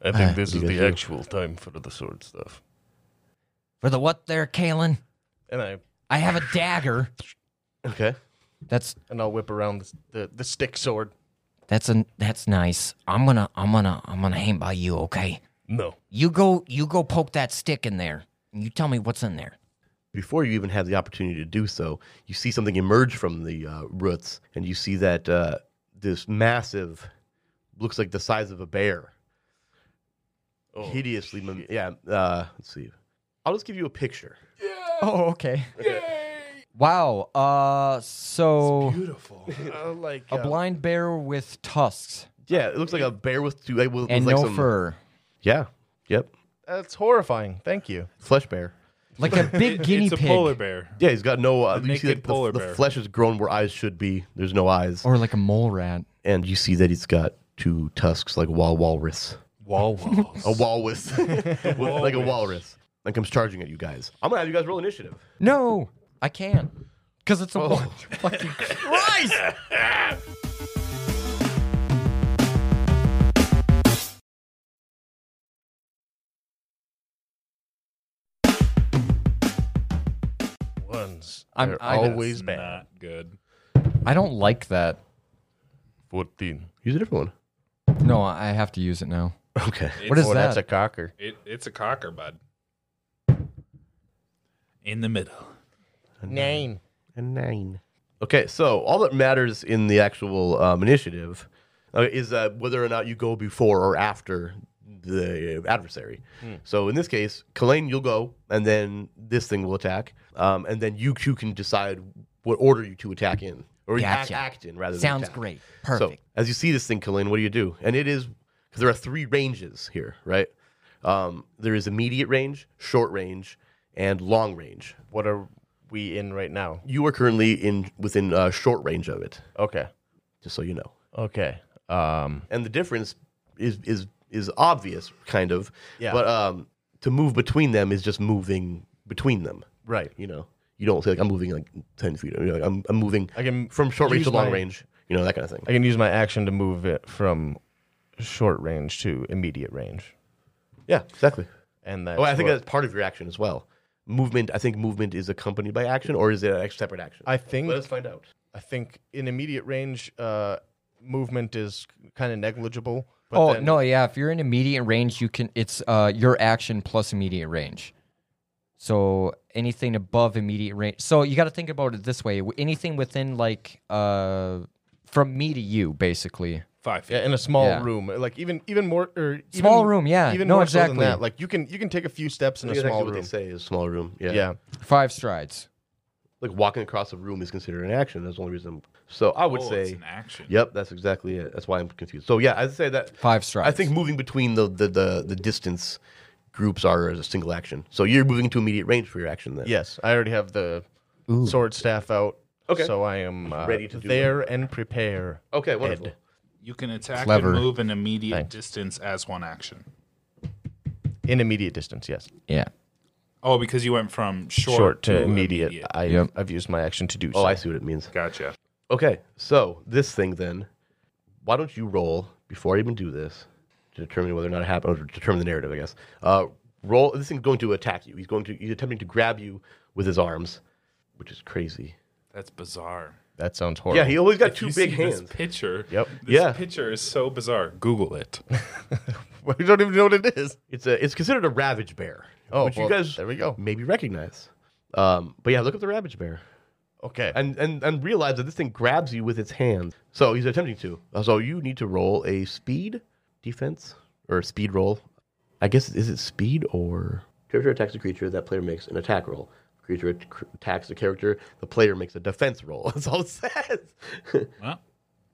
Speaker 1: I think this
Speaker 2: Ah,
Speaker 1: is
Speaker 2: you guys
Speaker 1: the
Speaker 2: do.
Speaker 1: actual time for the sword stuff.
Speaker 4: For the what there, Kalen?
Speaker 1: And I
Speaker 4: I have a dagger.
Speaker 2: Okay.
Speaker 4: That's
Speaker 1: and I'll whip around the the, the stick sword.
Speaker 4: that's a that's nice. I'm gonna I'm gonna I'm gonna hang by you, okay?
Speaker 1: No.
Speaker 4: You go you go poke that stick in there. and You tell me what's in there.
Speaker 2: before you even have the opportunity to do so, you see something emerge from the uh, roots, and you see that uh, this massive, looks like the size of a bear,
Speaker 1: Oh,
Speaker 2: hideously. Mim- yeah, uh, let's see. I'll just give you a picture.
Speaker 10: Uh,
Speaker 9: Oh, okay. Wow. Uh, so
Speaker 10: Beautiful.
Speaker 1: like
Speaker 9: a blind bear with tusks
Speaker 2: Yeah, it looks like a bear with two like, with,
Speaker 9: and
Speaker 2: with like
Speaker 9: no
Speaker 2: some,
Speaker 9: fur,
Speaker 2: Yeah, yep,
Speaker 1: uh, that's horrifying. Thank you.
Speaker 2: flesh bear.
Speaker 9: like a big guinea
Speaker 10: it's
Speaker 9: pig
Speaker 10: a polar bear.
Speaker 2: Yeah, he's got no. Uh, you see
Speaker 10: naked
Speaker 2: that the,
Speaker 10: polar
Speaker 2: the
Speaker 10: bear.
Speaker 2: flesh is grown where eyes should be. There's no eyes,
Speaker 9: or like a mole rat.
Speaker 2: and you see that he's got two tusks like wall walrus.
Speaker 6: Wall walls.
Speaker 2: A walrus. With- like a walrus. And comes charging at you guys. I'm gonna have you guys roll initiative.
Speaker 4: No, I can't. Because it's a one. Fucking Christ!
Speaker 1: Ones.
Speaker 4: I'm-
Speaker 1: They're
Speaker 4: I-
Speaker 1: always
Speaker 3: It's
Speaker 1: bad.
Speaker 3: Not good.
Speaker 4: I don't like that.
Speaker 1: 14.
Speaker 2: Use a different one.
Speaker 4: No, I have to use it now.
Speaker 2: Okay.
Speaker 4: What is
Speaker 1: oh, that's
Speaker 4: that?
Speaker 1: a cocker.
Speaker 3: It, it's a cocker, bud.
Speaker 6: in the middle.
Speaker 1: Nine.
Speaker 2: A nine. Okay, so all that matters in the actual um, initiative uh, is uh, whether or not you go before or after the adversary. So in this case, Kalain, you'll go, and then this thing will attack, um, and then you two can decide what order you two attack in, or you act,
Speaker 5: Gotcha.
Speaker 2: act in rather.
Speaker 5: Sounds
Speaker 2: than attack.
Speaker 5: great.
Speaker 2: So
Speaker 5: Perfect.
Speaker 2: as you see this thing, Kalain, what do you do? And it is because there are three ranges here, right? Um, there is immediate range, short range, and long range.
Speaker 1: What are we in right now?
Speaker 2: You are currently in within uh, short range of it,
Speaker 1: Okay.
Speaker 2: just so you know.
Speaker 1: Okay. Um,
Speaker 2: And the difference is is is obvious, kind of.
Speaker 1: Yeah.
Speaker 2: But um, to move between them is just moving between them.
Speaker 1: right.
Speaker 2: You know, you don't say like I'm moving like ten feet. You know, like, I'm I'm moving
Speaker 1: I can
Speaker 2: from short range to
Speaker 1: use
Speaker 2: long
Speaker 1: my-
Speaker 2: range. You know that kind of thing.
Speaker 1: I can use my action to move it from short range to immediate range.
Speaker 2: yeah, exactly.
Speaker 1: And that's
Speaker 2: Oh, I think
Speaker 1: what-
Speaker 2: that's part of your action as well. Movement. I think movement is accompanied by action, or is it a separate action?
Speaker 1: I think
Speaker 2: Let us find out.
Speaker 1: I think in immediate range, uh, movement is kind of negligible. But
Speaker 4: Oh
Speaker 1: then-
Speaker 4: no, yeah. If you're in immediate range, you can. It's uh, your action plus immediate range. So anything above immediate range. So you got to think about it this way: W- anything within like uh, from me to you, basically.
Speaker 3: Five feet.
Speaker 1: Yeah, in a small
Speaker 4: Yeah.
Speaker 1: room, like even even more or even-
Speaker 4: Small room, yeah.
Speaker 1: even
Speaker 4: No,
Speaker 1: more so than
Speaker 4: exactly.
Speaker 1: that. Like you can you can take a few steps in a
Speaker 2: That's actually
Speaker 1: small
Speaker 2: what
Speaker 1: room.
Speaker 2: they say is small room. Yeah.
Speaker 1: Yeah,
Speaker 4: Five strides.
Speaker 2: Like walking across a room is considered an action. That's the only reason. So I would
Speaker 3: Oh,
Speaker 2: say
Speaker 3: it's an action.
Speaker 2: Yep, that's exactly it. That's why I'm confused. So yeah, I'd say that
Speaker 4: Five strides.
Speaker 2: I think moving between the the the, the distance groups are as a single action. So you're moving to immediate range for your action then.
Speaker 1: yes. I already have the sword staff out.
Speaker 2: Okay.
Speaker 1: so I am uh,
Speaker 2: Ready to do
Speaker 1: there and prepare.
Speaker 2: Okay, wonderful.
Speaker 1: Ed.
Speaker 3: You can attack
Speaker 4: Clever.
Speaker 3: and move an immediate
Speaker 1: Thanks.
Speaker 3: distance as one action.
Speaker 1: in immediate distance. Yes,
Speaker 4: Yeah.
Speaker 3: Oh, because you went from short,
Speaker 1: short to immediate. I
Speaker 4: Yep.
Speaker 1: I've used my action to do.
Speaker 2: Oh,
Speaker 1: so.
Speaker 2: I see what it means.
Speaker 3: Gotcha.
Speaker 2: Okay, so this thing then, why don't you roll before I even do this to determine whether or not it happened, or to determine the narrative, I guess. Uh, roll. This thing's going to attack you. He's going to. He's attempting to grab you with his arms, which is crazy.
Speaker 3: That's bizarre.
Speaker 1: that sounds horrible.
Speaker 2: Yeah, he always got
Speaker 3: If
Speaker 2: two
Speaker 3: you
Speaker 2: big
Speaker 3: see
Speaker 2: hands.
Speaker 3: This picture.
Speaker 1: Yep.
Speaker 3: This
Speaker 2: Yeah.
Speaker 3: picture is so bizarre. Google it.
Speaker 1: we don't even know what it is.
Speaker 2: It's a it's considered a ravage bear.
Speaker 1: Oh,
Speaker 2: which you
Speaker 1: well,
Speaker 2: guys
Speaker 1: there we go.
Speaker 2: maybe recognize. Um, but yeah, look up the ravage bear
Speaker 1: Okay,
Speaker 2: and, and and realize that this thing grabs you with its hand. So he's attempting to. So you need to roll a speed defense or a speed roll. I guess is it speed or character attacks a creature that player makes an attack roll. Creature att- cr- attacks a character, the player makes a defense roll. That's all it says.
Speaker 3: Well,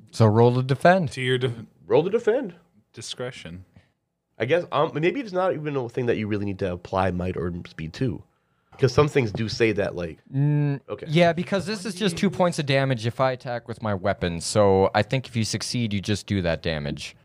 Speaker 4: So roll to defend.
Speaker 3: to your de-
Speaker 2: roll to defend.
Speaker 3: discretion.
Speaker 2: I guess um, maybe it's not even a thing that you really need to apply might or speed to, because some things do say that like okay
Speaker 4: Yeah, because this is just two points of damage if I attack with my weapon. So I think if you succeed, you just do that damage,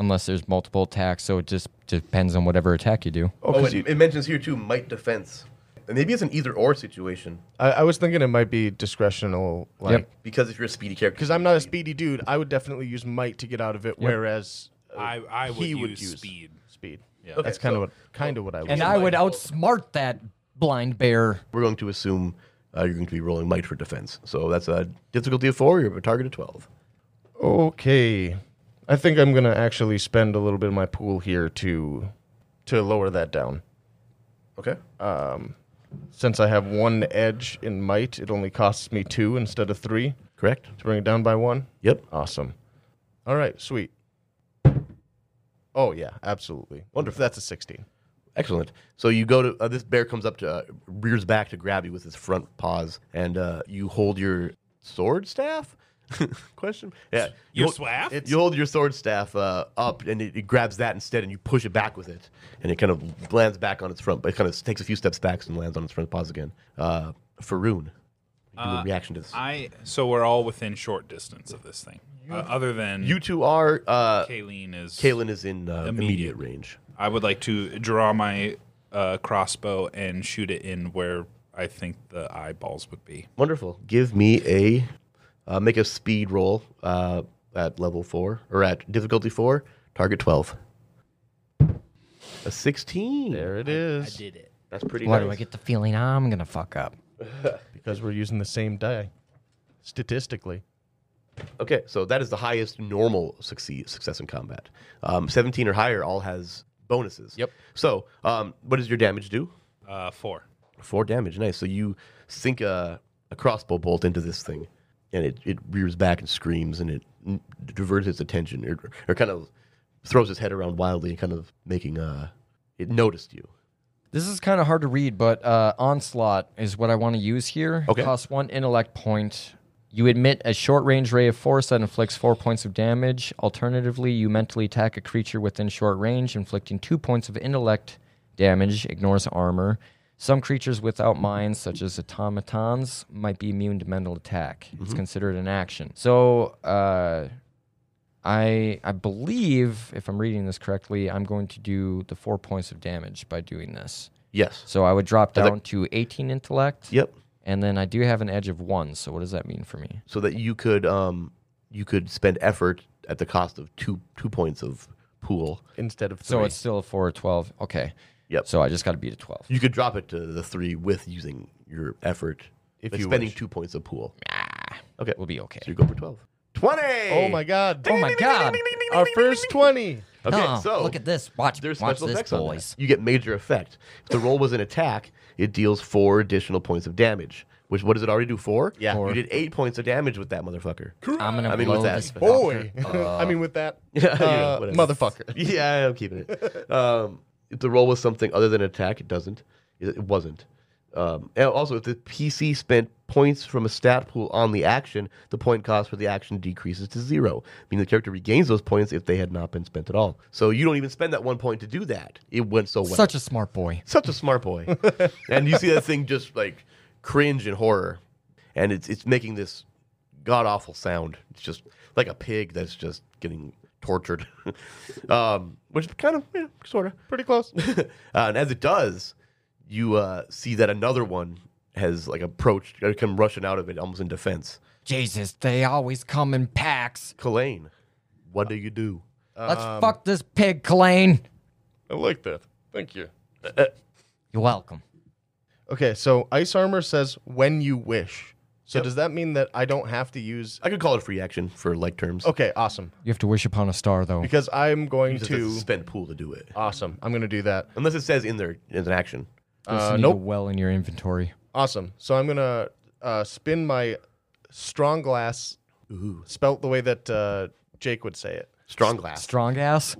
Speaker 4: unless there's multiple attacks. So it just depends on whatever attack you do.
Speaker 2: Oh, it, it mentions here too might defense. And maybe it's an either or situation
Speaker 1: I, I was thinking it might be discretional. Like,
Speaker 4: Yep.
Speaker 2: because if you're a speedy character,
Speaker 1: Because I'm not a speedy dude, I would definitely use might to get out of it. Whereas uh,
Speaker 3: I, I would,
Speaker 1: he
Speaker 3: use
Speaker 1: would use
Speaker 3: speed.
Speaker 1: speed. Yeah,
Speaker 2: Okay,
Speaker 1: that's kind
Speaker 2: so-
Speaker 1: of what kind of what I would.
Speaker 4: And
Speaker 1: do.
Speaker 4: I would outsmart that blind bear.
Speaker 2: we're going to assume uh, you're going to be rolling might for defense. So that's a difficulty of four. You're a target of twelve.
Speaker 1: okay, I think I'm gonna actually spend a little bit of my pool here to to lower that down.
Speaker 2: Okay.
Speaker 1: Since I have one edge in might, it only costs me two instead of three
Speaker 2: Correct.
Speaker 1: to bring it down by one.
Speaker 2: Yep.
Speaker 1: Awesome. All right, sweet. Oh yeah, absolutely. Wonderful. That's a sixteen.
Speaker 2: Excellent. So you go to uh, this bear comes up to uh, rears back to grab you with his front paws, and uh, you hold your sword staff. Question. Yeah. You
Speaker 6: Your
Speaker 2: hold-
Speaker 6: swaff?
Speaker 2: It's- You hold your sword staff uh, up, and it, it grabs that instead, and you push it back with it, and it kind of lands back on its front, but it kind of takes a few steps back and lands on its front paws again. Uh, Faroon, do a reaction to this.
Speaker 3: I so we're all within short distance of this thing. Uh, other than
Speaker 2: you two are. Uh,
Speaker 3: Kayleen is.
Speaker 2: Kalen is in uh, immediate. range.
Speaker 3: I would like to draw my uh, crossbow and shoot it in where I think the eyeballs would be.
Speaker 2: Wonderful. Give me a uh, make a speed roll uh, at level four or at difficulty four. Target twelve. A sixteen.
Speaker 1: There it is.
Speaker 6: Did it.
Speaker 2: That's pretty
Speaker 5: Why
Speaker 2: nice.
Speaker 5: do I get the feeling I'm gonna fuck up?
Speaker 1: Because we're using the same die. Statistically.
Speaker 2: Okay, so that is the highest normal succeed, success in combat. Um, 17 or higher all has bonuses.
Speaker 4: Yep.
Speaker 2: So, um, what does your damage do?
Speaker 3: Uh, four.
Speaker 2: Four damage. Nice. So you sink a, a crossbow bolt into this thing, and it, it rears back and screams, and it n- diverts its attention, or, or kind of throws its head around wildly, kind of making uh, it noticed you.
Speaker 4: This is kind of hard to read, but uh, onslaught is what I want to use here.
Speaker 2: Okay.
Speaker 4: Costs one intellect point. You admit a short range ray of force that inflicts four points of damage. Alternatively, you mentally attack a creature within short range, inflicting two points of intellect damage, ignores armor. Some creatures without minds, such as automatons, might be immune to mental attack. It's considered an action. So, uh, I I believe, if I'm reading this correctly, I'm going to do the four points of damage by doing this.
Speaker 2: Yes.
Speaker 4: So I would drop
Speaker 2: As a-
Speaker 4: down to 18 intellect.
Speaker 2: Yep.
Speaker 4: And then I do have an edge of one. So what does that mean for me?
Speaker 2: So that you could um, you could spend effort at the cost of two two points of pool.
Speaker 1: Instead of three.
Speaker 4: So it's still a four or 12. Okay.
Speaker 2: Yep.
Speaker 4: So I just got to beat a 12.
Speaker 2: You could drop it to the three with using your effort.
Speaker 1: If
Speaker 2: but
Speaker 1: you
Speaker 2: spending
Speaker 1: wish. Ah.
Speaker 2: two points of pool. okay.
Speaker 4: We'll be okay.
Speaker 2: So you go for 12. 20!
Speaker 1: oh my god.
Speaker 4: Oh my God.
Speaker 1: Our first 20.
Speaker 2: Okay,
Speaker 5: No,
Speaker 2: so
Speaker 5: look at this. Watch,
Speaker 2: there's
Speaker 5: watch
Speaker 2: special
Speaker 5: this,
Speaker 2: effects on that.
Speaker 5: boys.
Speaker 2: You get major effect. If the roll was an attack, it deals four additional points of damage. Which, what does it already do? Four?
Speaker 1: Yeah.
Speaker 2: You did eight points of damage with that motherfucker.
Speaker 5: I'm gonna
Speaker 2: I mean,
Speaker 5: blow
Speaker 2: with that.
Speaker 5: this
Speaker 1: Boy. I mean, with that.
Speaker 2: Yeah, you know,
Speaker 1: uh,
Speaker 2: whatever.
Speaker 1: motherfucker.
Speaker 2: Yeah, I'm keeping it. Um, if the roll was something other than attack, it doesn't. It it wasn't. Um, and also, if the PC spent points from a stat pool on the action, the point cost for the action decreases to zero, meaning the character regains those points if they had not been spent at all. So you don't even spend that one point to do that. It went so well.
Speaker 5: Such a smart boy.
Speaker 2: Such a smart boy. and you see that thing just like cringe in horror. And it's it's making this god awful sound. It's just like a pig that's just getting tortured. um, which kind of, yeah, sort of.
Speaker 1: Pretty close.
Speaker 2: uh, and as it does, you uh, see that another one has like approached, uh, come rushing out of it almost in defense.
Speaker 5: Jesus, they always come in packs.
Speaker 2: Kalain, what do you do?
Speaker 5: Let's
Speaker 2: Um,
Speaker 5: fuck this pig, Colleen.
Speaker 1: I like that. Thank you.
Speaker 5: You're welcome.
Speaker 1: Okay, so ice armor says when you wish. So does that mean that I don't have to use?
Speaker 2: I could call it free action for like terms.
Speaker 1: Okay, awesome.
Speaker 4: You have to wish upon a star, though.
Speaker 1: Because I'm going
Speaker 2: You just have to
Speaker 1: to
Speaker 2: spend pool to do it.
Speaker 1: awesome. I'm going to do that.
Speaker 2: Unless it says in there as an action.
Speaker 4: Just
Speaker 1: Uh,
Speaker 4: need a
Speaker 1: nope.
Speaker 4: well in your inventory.
Speaker 1: Awesome. So I'm going to uh, spin my strong glass, spelt the way that uh, Jake would say it.
Speaker 2: Strong glass.
Speaker 4: Strong ass.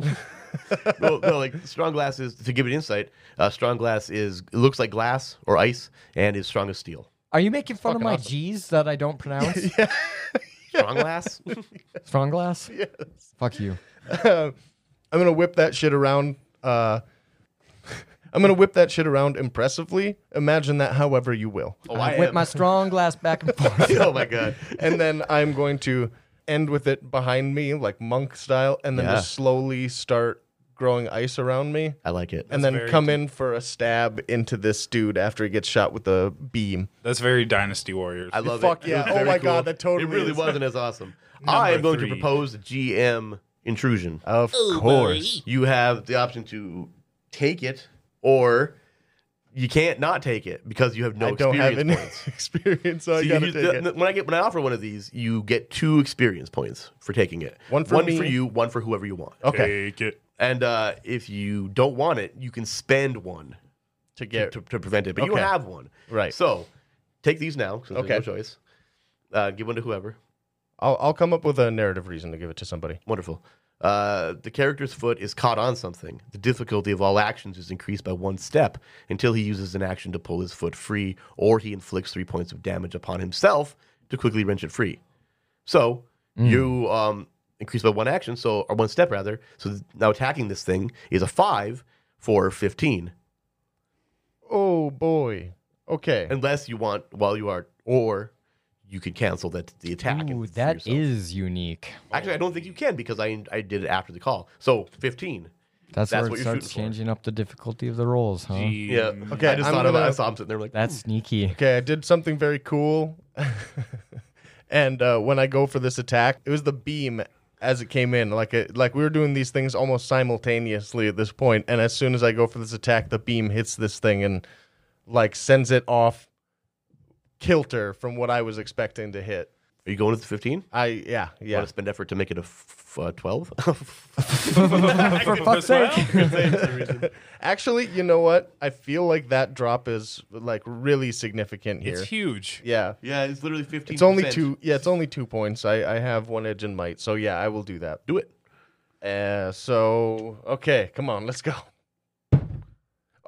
Speaker 2: well, no, like strong glass is to give it insight. Uh, strong glass is it looks like glass or ice and is strong as steel.
Speaker 4: Are you making fun of my G's that I don't pronounce?
Speaker 2: Strong glass.
Speaker 4: Strong glass? Yes. Fuck you.
Speaker 1: I'm gonna whip that shit around. Uh, I'm gonna whip that shit around impressively. Imagine that, however you will.
Speaker 2: oh, I
Speaker 4: Whip
Speaker 2: am.
Speaker 4: my strong glass back and forth.
Speaker 2: oh my god.
Speaker 1: And then I'm going to end with it behind me, like monk style, and then
Speaker 2: Yeah.
Speaker 1: just slowly start growing ice around me,
Speaker 2: I like it.
Speaker 1: and then come in for a stab into this dude after he gets shot with a beam.
Speaker 3: That's very Dynasty Warriors.
Speaker 2: I love
Speaker 1: Fuck
Speaker 2: it.
Speaker 1: yeah.
Speaker 2: was
Speaker 1: Oh
Speaker 2: very
Speaker 1: my God, that totally
Speaker 2: It really
Speaker 1: is.
Speaker 2: wasn't as awesome. I am going
Speaker 3: three.
Speaker 2: to propose a GM intrusion.
Speaker 1: Of course.
Speaker 2: You have the option to take it or you can't not take it because you have no
Speaker 1: I don't have
Speaker 2: experience
Speaker 1: any
Speaker 2: points.
Speaker 1: experience, so, I
Speaker 2: So you-
Speaker 1: gotta
Speaker 2: you-
Speaker 1: take
Speaker 2: th-
Speaker 1: it.
Speaker 2: When I get when I offer one of these, you get two experience points for taking it.
Speaker 1: One for me.
Speaker 2: you, one for whoever you want.
Speaker 1: Okay,
Speaker 3: Take it.
Speaker 2: And uh, if you don't want it, you can spend one
Speaker 1: to
Speaker 2: to,
Speaker 1: get
Speaker 2: to, to prevent it. But you
Speaker 1: Okay.
Speaker 2: have one,
Speaker 1: Right.
Speaker 2: So take these now. Since okay.
Speaker 1: Okay.
Speaker 2: There's no choice. Uh, give one to whoever.
Speaker 1: I'll, I'll come up with a narrative reason to give it to somebody.
Speaker 2: Wonderful. Uh, the character's foot is caught on something. The difficulty of all actions is increased by one step until he uses an action to pull his foot free, or he inflicts three points of damage upon himself to quickly wrench it free. So
Speaker 4: Hmm.
Speaker 2: you um, increase by one action, so or one step rather. So th- now attacking this thing is a five for fifteen,
Speaker 1: Oh boy. Okay.
Speaker 2: unless you want while you are or you could cancel that the attack. and-
Speaker 4: Ooh,
Speaker 2: for
Speaker 4: that
Speaker 2: yourself.
Speaker 4: is unique.
Speaker 2: actually I don't think you can because I I did it after the call. So fifteen.
Speaker 4: That's,
Speaker 2: That's
Speaker 4: where
Speaker 2: what you're
Speaker 4: it starts
Speaker 2: shooting for.
Speaker 4: changing up the difficulty of the rolls, huh?
Speaker 2: Yeah.
Speaker 1: Okay,
Speaker 2: I just
Speaker 1: I'm
Speaker 2: thought about.
Speaker 1: gonna-
Speaker 2: I saw him sitting there like
Speaker 4: That's sneaky.
Speaker 1: Okay, I did something very cool. and uh, when I go for this attack, it was the beam as it came in. Like it, like we were doing these things almost simultaneously at this point, And as soon as I go for this attack, the beam hits this thing and like sends it off kilter from what I was expecting to hit.
Speaker 2: Are you going with the fifteen?
Speaker 1: I yeah
Speaker 2: I
Speaker 1: yeah.
Speaker 2: Want to spend effort to make it a f- uh, twelve?
Speaker 4: For fuck's sake.
Speaker 1: Actually, you know what? I feel like that drop is like really significant here.
Speaker 3: It's huge.
Speaker 1: yeah.
Speaker 2: yeah, it's literally fifteen.
Speaker 1: It's only two. Yeah, it's only two points. I, I have one edge in might, so yeah, I will do that.
Speaker 2: Do it.
Speaker 1: Uh, so okay, come on, let's go.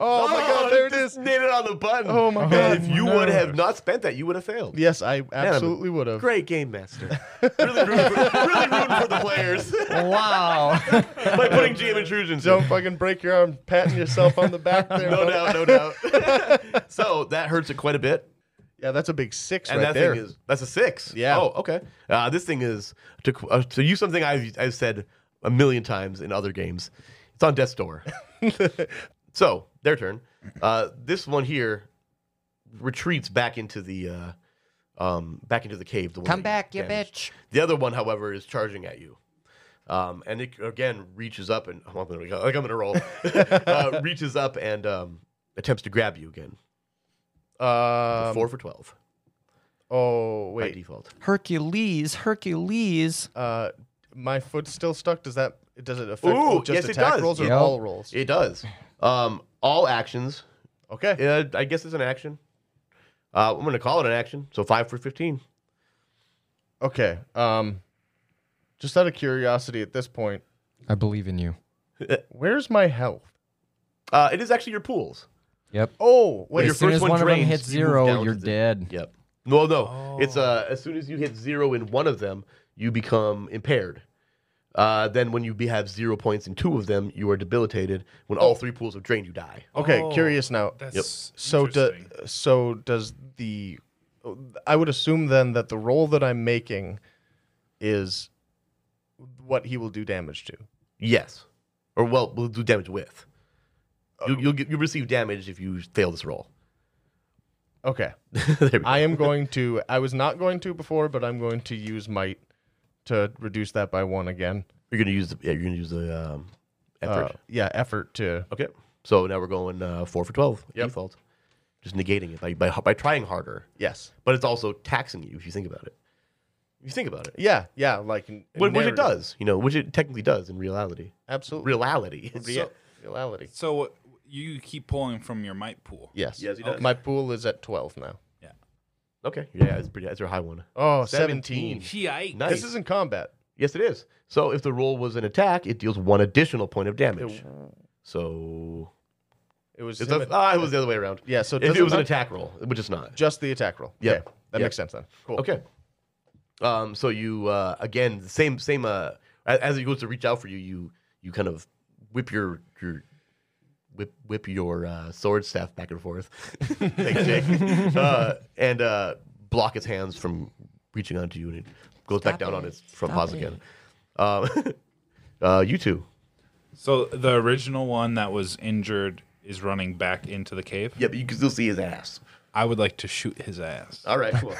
Speaker 1: Oh, my god, there it is.
Speaker 2: just Nailed it on the button.
Speaker 1: Oh my
Speaker 2: Man,
Speaker 1: God.
Speaker 2: If you would have not spent that, you would have failed.
Speaker 1: Yes, I absolutely would have.
Speaker 2: Great game master. really, rooting for, really rooting for the players
Speaker 4: Wow.
Speaker 2: by putting GM intrusions. in.
Speaker 1: Don't fucking break your arm, patting yourself on the back there.
Speaker 2: No
Speaker 1: bud.
Speaker 2: doubt, no doubt. so that hurts it quite a bit.
Speaker 1: Yeah, that's a big six
Speaker 2: And
Speaker 1: right
Speaker 2: that
Speaker 1: there.
Speaker 2: thing is that's a six.
Speaker 1: Yeah.
Speaker 2: Oh, okay. Uh, this thing is to qu- uh, to use something I've I've said a million times in other games. It's on death's door. so their turn. Uh, this one here retreats back into the uh, um, back into the cave. The one
Speaker 5: Come
Speaker 2: that
Speaker 5: back, you
Speaker 2: damaged.
Speaker 5: bitch.
Speaker 2: The other one, however, is charging at you. Um, and it again reaches up and oh, I'm gonna, like I'm gonna roll. uh, reaches up and um, attempts to grab you again.
Speaker 1: Um,
Speaker 2: Four for twelve
Speaker 1: oh
Speaker 2: by
Speaker 1: wait,
Speaker 2: default.
Speaker 4: Hercules, Hercules.
Speaker 1: uh, my foot's still stuck. Does that? Does it affect
Speaker 2: Ooh,
Speaker 1: just
Speaker 2: yes, it
Speaker 1: attack
Speaker 2: does.
Speaker 1: rolls or
Speaker 4: Yep.
Speaker 1: all rolls?
Speaker 2: It does. Um, all actions.
Speaker 1: Okay.
Speaker 2: Uh, I guess it's an action. Uh, I'm gonna call it an action. So five for fifteen.
Speaker 1: Okay. Um, just out of curiosity, at this point,
Speaker 4: I believe in you.
Speaker 1: where's my health?
Speaker 2: Uh, it is actually your pools.
Speaker 4: Yep.
Speaker 1: Oh wait,
Speaker 2: your
Speaker 4: as soon
Speaker 2: first
Speaker 4: as
Speaker 2: one
Speaker 4: one, of them
Speaker 2: drains,
Speaker 4: hits
Speaker 2: you move down
Speaker 4: zero,
Speaker 2: to
Speaker 4: you're
Speaker 2: the-
Speaker 4: dead.
Speaker 2: Yep. No, no. It's
Speaker 1: Oh.
Speaker 2: uh, as soon as you hit zero in one of them, you become impaired. Uh, then when you be, have zero points in two of them, you are debilitated. When all three pools have drained, you die.
Speaker 1: Okay,
Speaker 6: Oh,
Speaker 1: curious now.
Speaker 6: That's
Speaker 1: So do,
Speaker 6: interesting.
Speaker 1: so does the I would assume then that the roll that I'm making is what he will do damage to.
Speaker 2: Yes. Or well, we'll do damage with.
Speaker 1: Oh.
Speaker 2: You, you'll get, you'll receive damage if you fail this roll.
Speaker 1: Okay.
Speaker 2: There we go.
Speaker 1: I am going to I was not going to before, but I'm going to use might to reduce that by 1 again.
Speaker 2: You're gonna use the yeah. You're gonna use the um,
Speaker 1: Uh,
Speaker 2: effort.
Speaker 1: yeah, effort to
Speaker 2: okay. So now we're going uh, four for twelve default. Just negating it by, by by trying harder,
Speaker 1: yes.
Speaker 2: but it's also taxing you if you think about it. If you think about it,
Speaker 1: Yeah, yeah, like in- in
Speaker 2: Wh- which it
Speaker 1: narrative.
Speaker 2: does, you know, which it technically does in reality.
Speaker 1: Absolutely.
Speaker 2: Reality.
Speaker 1: Rea- reality.
Speaker 3: So what- you keep pulling from your might pool.
Speaker 1: Yes. Oh,
Speaker 2: Yes, he does.
Speaker 1: My pool is at 12 now.
Speaker 2: okay. Yeah, it's pretty. That's a high one.
Speaker 1: Oh, 17.
Speaker 2: 17.
Speaker 3: Yikes.
Speaker 2: Nice.
Speaker 1: This isn't combat.
Speaker 2: yes, it is. So if the roll was an attack, it deals one additional point of damage. So
Speaker 1: It was
Speaker 2: it's
Speaker 1: him
Speaker 2: a,
Speaker 1: at-
Speaker 2: ah, it was the other way around.
Speaker 1: Yeah, so it
Speaker 2: it, it
Speaker 1: doesn't
Speaker 2: was an
Speaker 1: matter.
Speaker 2: attack roll, which it's not.
Speaker 1: Just the attack roll.
Speaker 2: Yeah.
Speaker 1: Okay. That
Speaker 2: Yeah.
Speaker 1: makes sense then. Cool.
Speaker 2: Okay. Um, so you uh, again the same same uh, a- as he goes to reach out for you, you you kind of whip your your whip whip your uh, sword staff back and forth, Thanks, Jake, uh, and uh, block his hands from reaching onto you, and it goes back down on its front paws again. Um, uh, you two,
Speaker 3: So the original one that was injured is running back into the cave.
Speaker 2: yeah, but you can still see his ass.
Speaker 3: I would like to shoot his ass.
Speaker 2: All right, cool.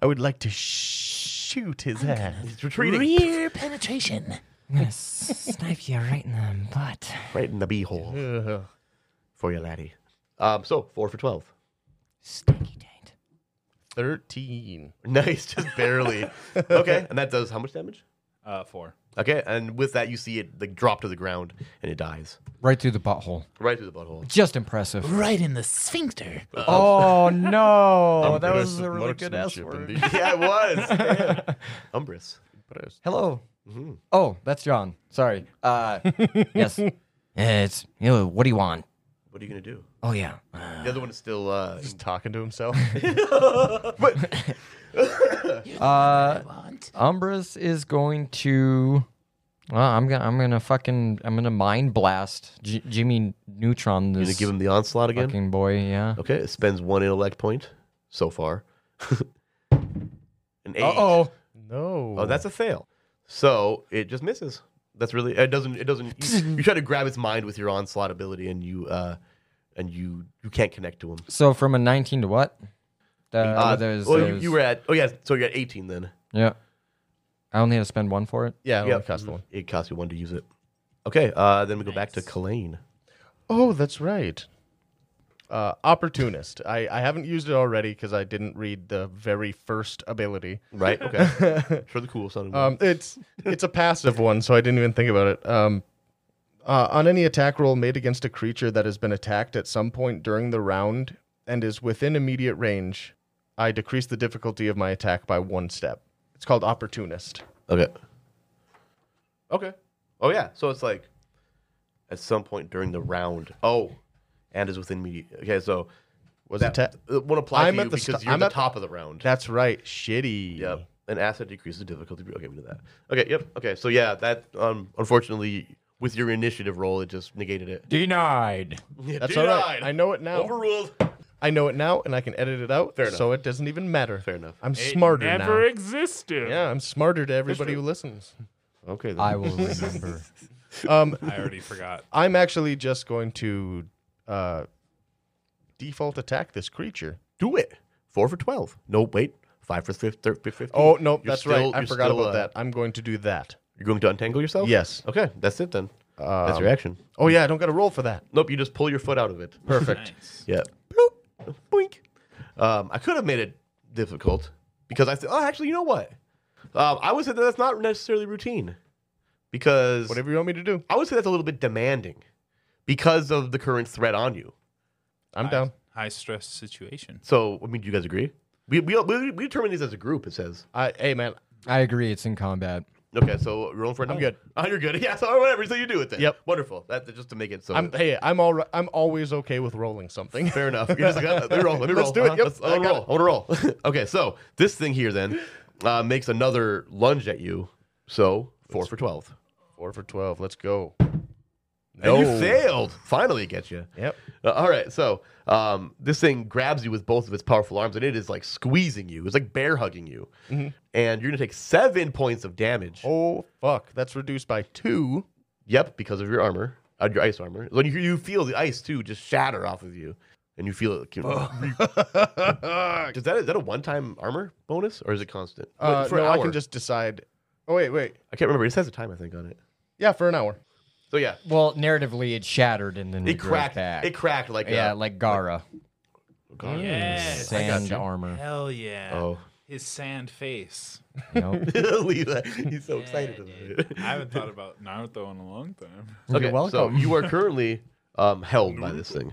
Speaker 1: I would like to shoot his ass.
Speaker 2: He's retreating
Speaker 5: Rear penetration. I'm gonna snipe you right in the butt.
Speaker 2: right in the beehole for your laddie. Um, so four for twelve.
Speaker 5: Stinky taint.
Speaker 1: 13.
Speaker 2: Nice, just barely. okay, and that does how much damage?
Speaker 3: Uh, four.
Speaker 2: Okay, and with that you see it like drop to the ground and it dies
Speaker 4: Right through the butthole.
Speaker 2: right through the butthole.
Speaker 4: Just impressive.
Speaker 6: Right in the sphincter.
Speaker 4: Oh no, Oh, that was a really good S word.
Speaker 2: yeah, it was. Damn. Umbrus.
Speaker 4: Hello.
Speaker 2: Mm-hmm.
Speaker 4: Oh, that's John. Sorry. Uh,
Speaker 5: Yes. Eh, it's you know, what do you want?
Speaker 2: What are you gonna do?
Speaker 5: Oh yeah.
Speaker 2: The other one is still. Uh,
Speaker 1: He's talking to himself.
Speaker 4: uh, Umbras is going to. Well, I'm gonna, I'm gonna fucking, I'm gonna mind blast J- Jimmy Neutron.
Speaker 2: gonna
Speaker 4: This
Speaker 2: give him the onslaught again.
Speaker 4: fucking boy. Yeah.
Speaker 2: Okay, it spends one intellect point so far. An eight.
Speaker 4: oh.
Speaker 1: No.
Speaker 2: Oh, that's a fail. So it just misses. That's really it. Doesn't it? Doesn't you, you try to grab its mind with your onslaught ability, and you uh, and you you can't connect to him.
Speaker 4: So from a 19 to what? The,
Speaker 2: Uh,
Speaker 4: there's,
Speaker 2: well, you,
Speaker 4: there's-
Speaker 2: you were at oh yeah, so you're at eighteen then.
Speaker 4: Yeah. I only had to spend one for it.
Speaker 1: yeah, it
Speaker 2: Yeah,
Speaker 1: only cost one.
Speaker 2: It costs you one to use it. Okay, uh, then we go back to Kalane.
Speaker 1: Oh, that's right. Uh, opportunist. I, I haven't used it already because I didn't read the very first ability.
Speaker 2: Right? Okay. sure, the cool son.
Speaker 1: Um, it's it's a passive one, so I didn't even think about it. Um, uh, on any attack roll made against a creature that has been attacked at some point during the round and is within immediate range, I decrease the difficulty of my attack by one step. It's called opportunist.
Speaker 2: okay. Okay. Oh yeah. So it's like at some point during the round. Oh, and is within me. Okay, so
Speaker 1: Was
Speaker 2: that
Speaker 1: it? ta-
Speaker 2: uh, won't apply
Speaker 1: I'm
Speaker 2: to
Speaker 1: at
Speaker 2: you
Speaker 1: the
Speaker 2: because
Speaker 1: sto-
Speaker 2: you're
Speaker 1: I'm
Speaker 2: the
Speaker 1: at-
Speaker 2: top of the round.
Speaker 1: That's right. Shitty.
Speaker 2: Yep. An asset decreases the difficulty. Okay, we did that. Okay, yep. Okay, so yeah, that um, unfortunately with your initiative roll, it just negated it.
Speaker 4: Denied.
Speaker 1: That's all right. I know it now.
Speaker 2: Overruled.
Speaker 1: I know it now, and I can edit it out,
Speaker 2: Fair enough.
Speaker 1: so it doesn't even matter.
Speaker 2: Fair enough.
Speaker 1: I'm smarter
Speaker 6: Never
Speaker 1: now.
Speaker 6: existed.
Speaker 1: Yeah, I'm smarter to everybody who listens.
Speaker 2: Okay. Then.
Speaker 4: I will remember.
Speaker 3: I already forgot.
Speaker 1: I'm actually just going to uh, default attack this creature.
Speaker 2: do it. Four for twelve. No, wait. Five for fif- thir- fif- fifteen.
Speaker 1: Oh no,
Speaker 2: You're
Speaker 1: that's
Speaker 2: still-
Speaker 1: right. I
Speaker 2: you're
Speaker 1: forgot
Speaker 2: still,
Speaker 1: about
Speaker 2: uh,
Speaker 1: that. I'm going to do that.
Speaker 2: You're going to untangle yourself.
Speaker 1: Yes.
Speaker 2: Okay, that's it then. that's your action.
Speaker 1: Oh yeah, I don't got to roll for that.
Speaker 2: Um, Nope, you just pull your foot out of it.
Speaker 1: Perfect.
Speaker 2: Yeah. Bloop. Boink. Um, I could have made it difficult because I said, oh, actually, you know what? Um, I would say that that's not necessarily routine because
Speaker 1: Whatever you want me to do,
Speaker 2: I would say that's a little bit demanding because of the current threat on you.
Speaker 1: I'm down.
Speaker 3: High stress situation.
Speaker 2: So, I mean, do you guys agree? We, we, we, we determine these as a group, it says.
Speaker 1: I hey man,
Speaker 4: I agree. It's in combat.
Speaker 2: Okay, so you're rolling for it. I'm good. Oh, you're good. Yeah, so whatever. So you do it then.
Speaker 1: Yep.
Speaker 2: Wonderful. That, just to make it so.
Speaker 1: I'm hey, I'm all right. I'm always okay with rolling something.
Speaker 2: Fair enough. You're just like, uh, let me roll. Let me
Speaker 1: Let's
Speaker 2: roll.
Speaker 1: do it. Yep.
Speaker 2: Let's, I
Speaker 1: I
Speaker 2: want
Speaker 1: got
Speaker 2: to roll. I want to roll. okay, so this thing here then uh, makes another lunge at you. So four for twelve.
Speaker 1: Four for twelve. Let's go.
Speaker 2: And you failed. Finally, gets you.
Speaker 1: Yep.
Speaker 2: Uh, all right. So um, this thing grabs you with both of its powerful arms, and it is like squeezing you. It's like bear hugging you. And you're gonna take seven points of damage.
Speaker 1: Mm-hmm. Oh fuck, that's reduced by two.
Speaker 2: Yep, because of your armor, uh, your ice armor. Like you, you feel the ice too, just shatter off of you, and you feel it. Can, Does that is that a one time armor bonus or is it constant?
Speaker 1: Uh,
Speaker 2: Wait,
Speaker 1: no,
Speaker 2: an
Speaker 1: I
Speaker 2: hour.
Speaker 1: can just decide. Oh wait, wait.
Speaker 2: I can't remember. It says a time I think on it.
Speaker 1: Yeah, for an hour.
Speaker 2: So yeah,
Speaker 4: Well, narratively, it shattered and then
Speaker 2: it cracked.
Speaker 4: back.
Speaker 2: It cracked like
Speaker 4: yeah,
Speaker 2: A,
Speaker 4: like Gara.
Speaker 3: Yes.
Speaker 4: Sand armor.
Speaker 3: Hell yeah.
Speaker 2: oh,
Speaker 3: His sand face.
Speaker 4: Nope.
Speaker 2: Leave that. he's so excited about it.
Speaker 3: I haven't thought about Naruto in a long time.
Speaker 2: Okay,
Speaker 4: welcome.
Speaker 2: So you are currently um, held by this thing.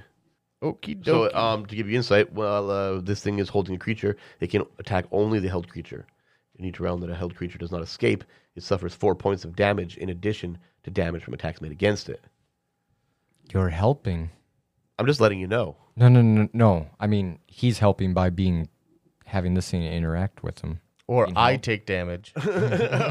Speaker 1: Okie dokie.
Speaker 2: So um, to give you insight, while uh, this thing is holding a creature, it can attack only the held creature. In each round that a held creature does not escape, it suffers four points of damage in addition to damage from attacks made against it.
Speaker 4: You're helping.
Speaker 2: I'm just letting you know.
Speaker 4: No, no, no, no. I mean, he's helping by being having this thing interact with him.
Speaker 1: or I take damage.
Speaker 2: I'm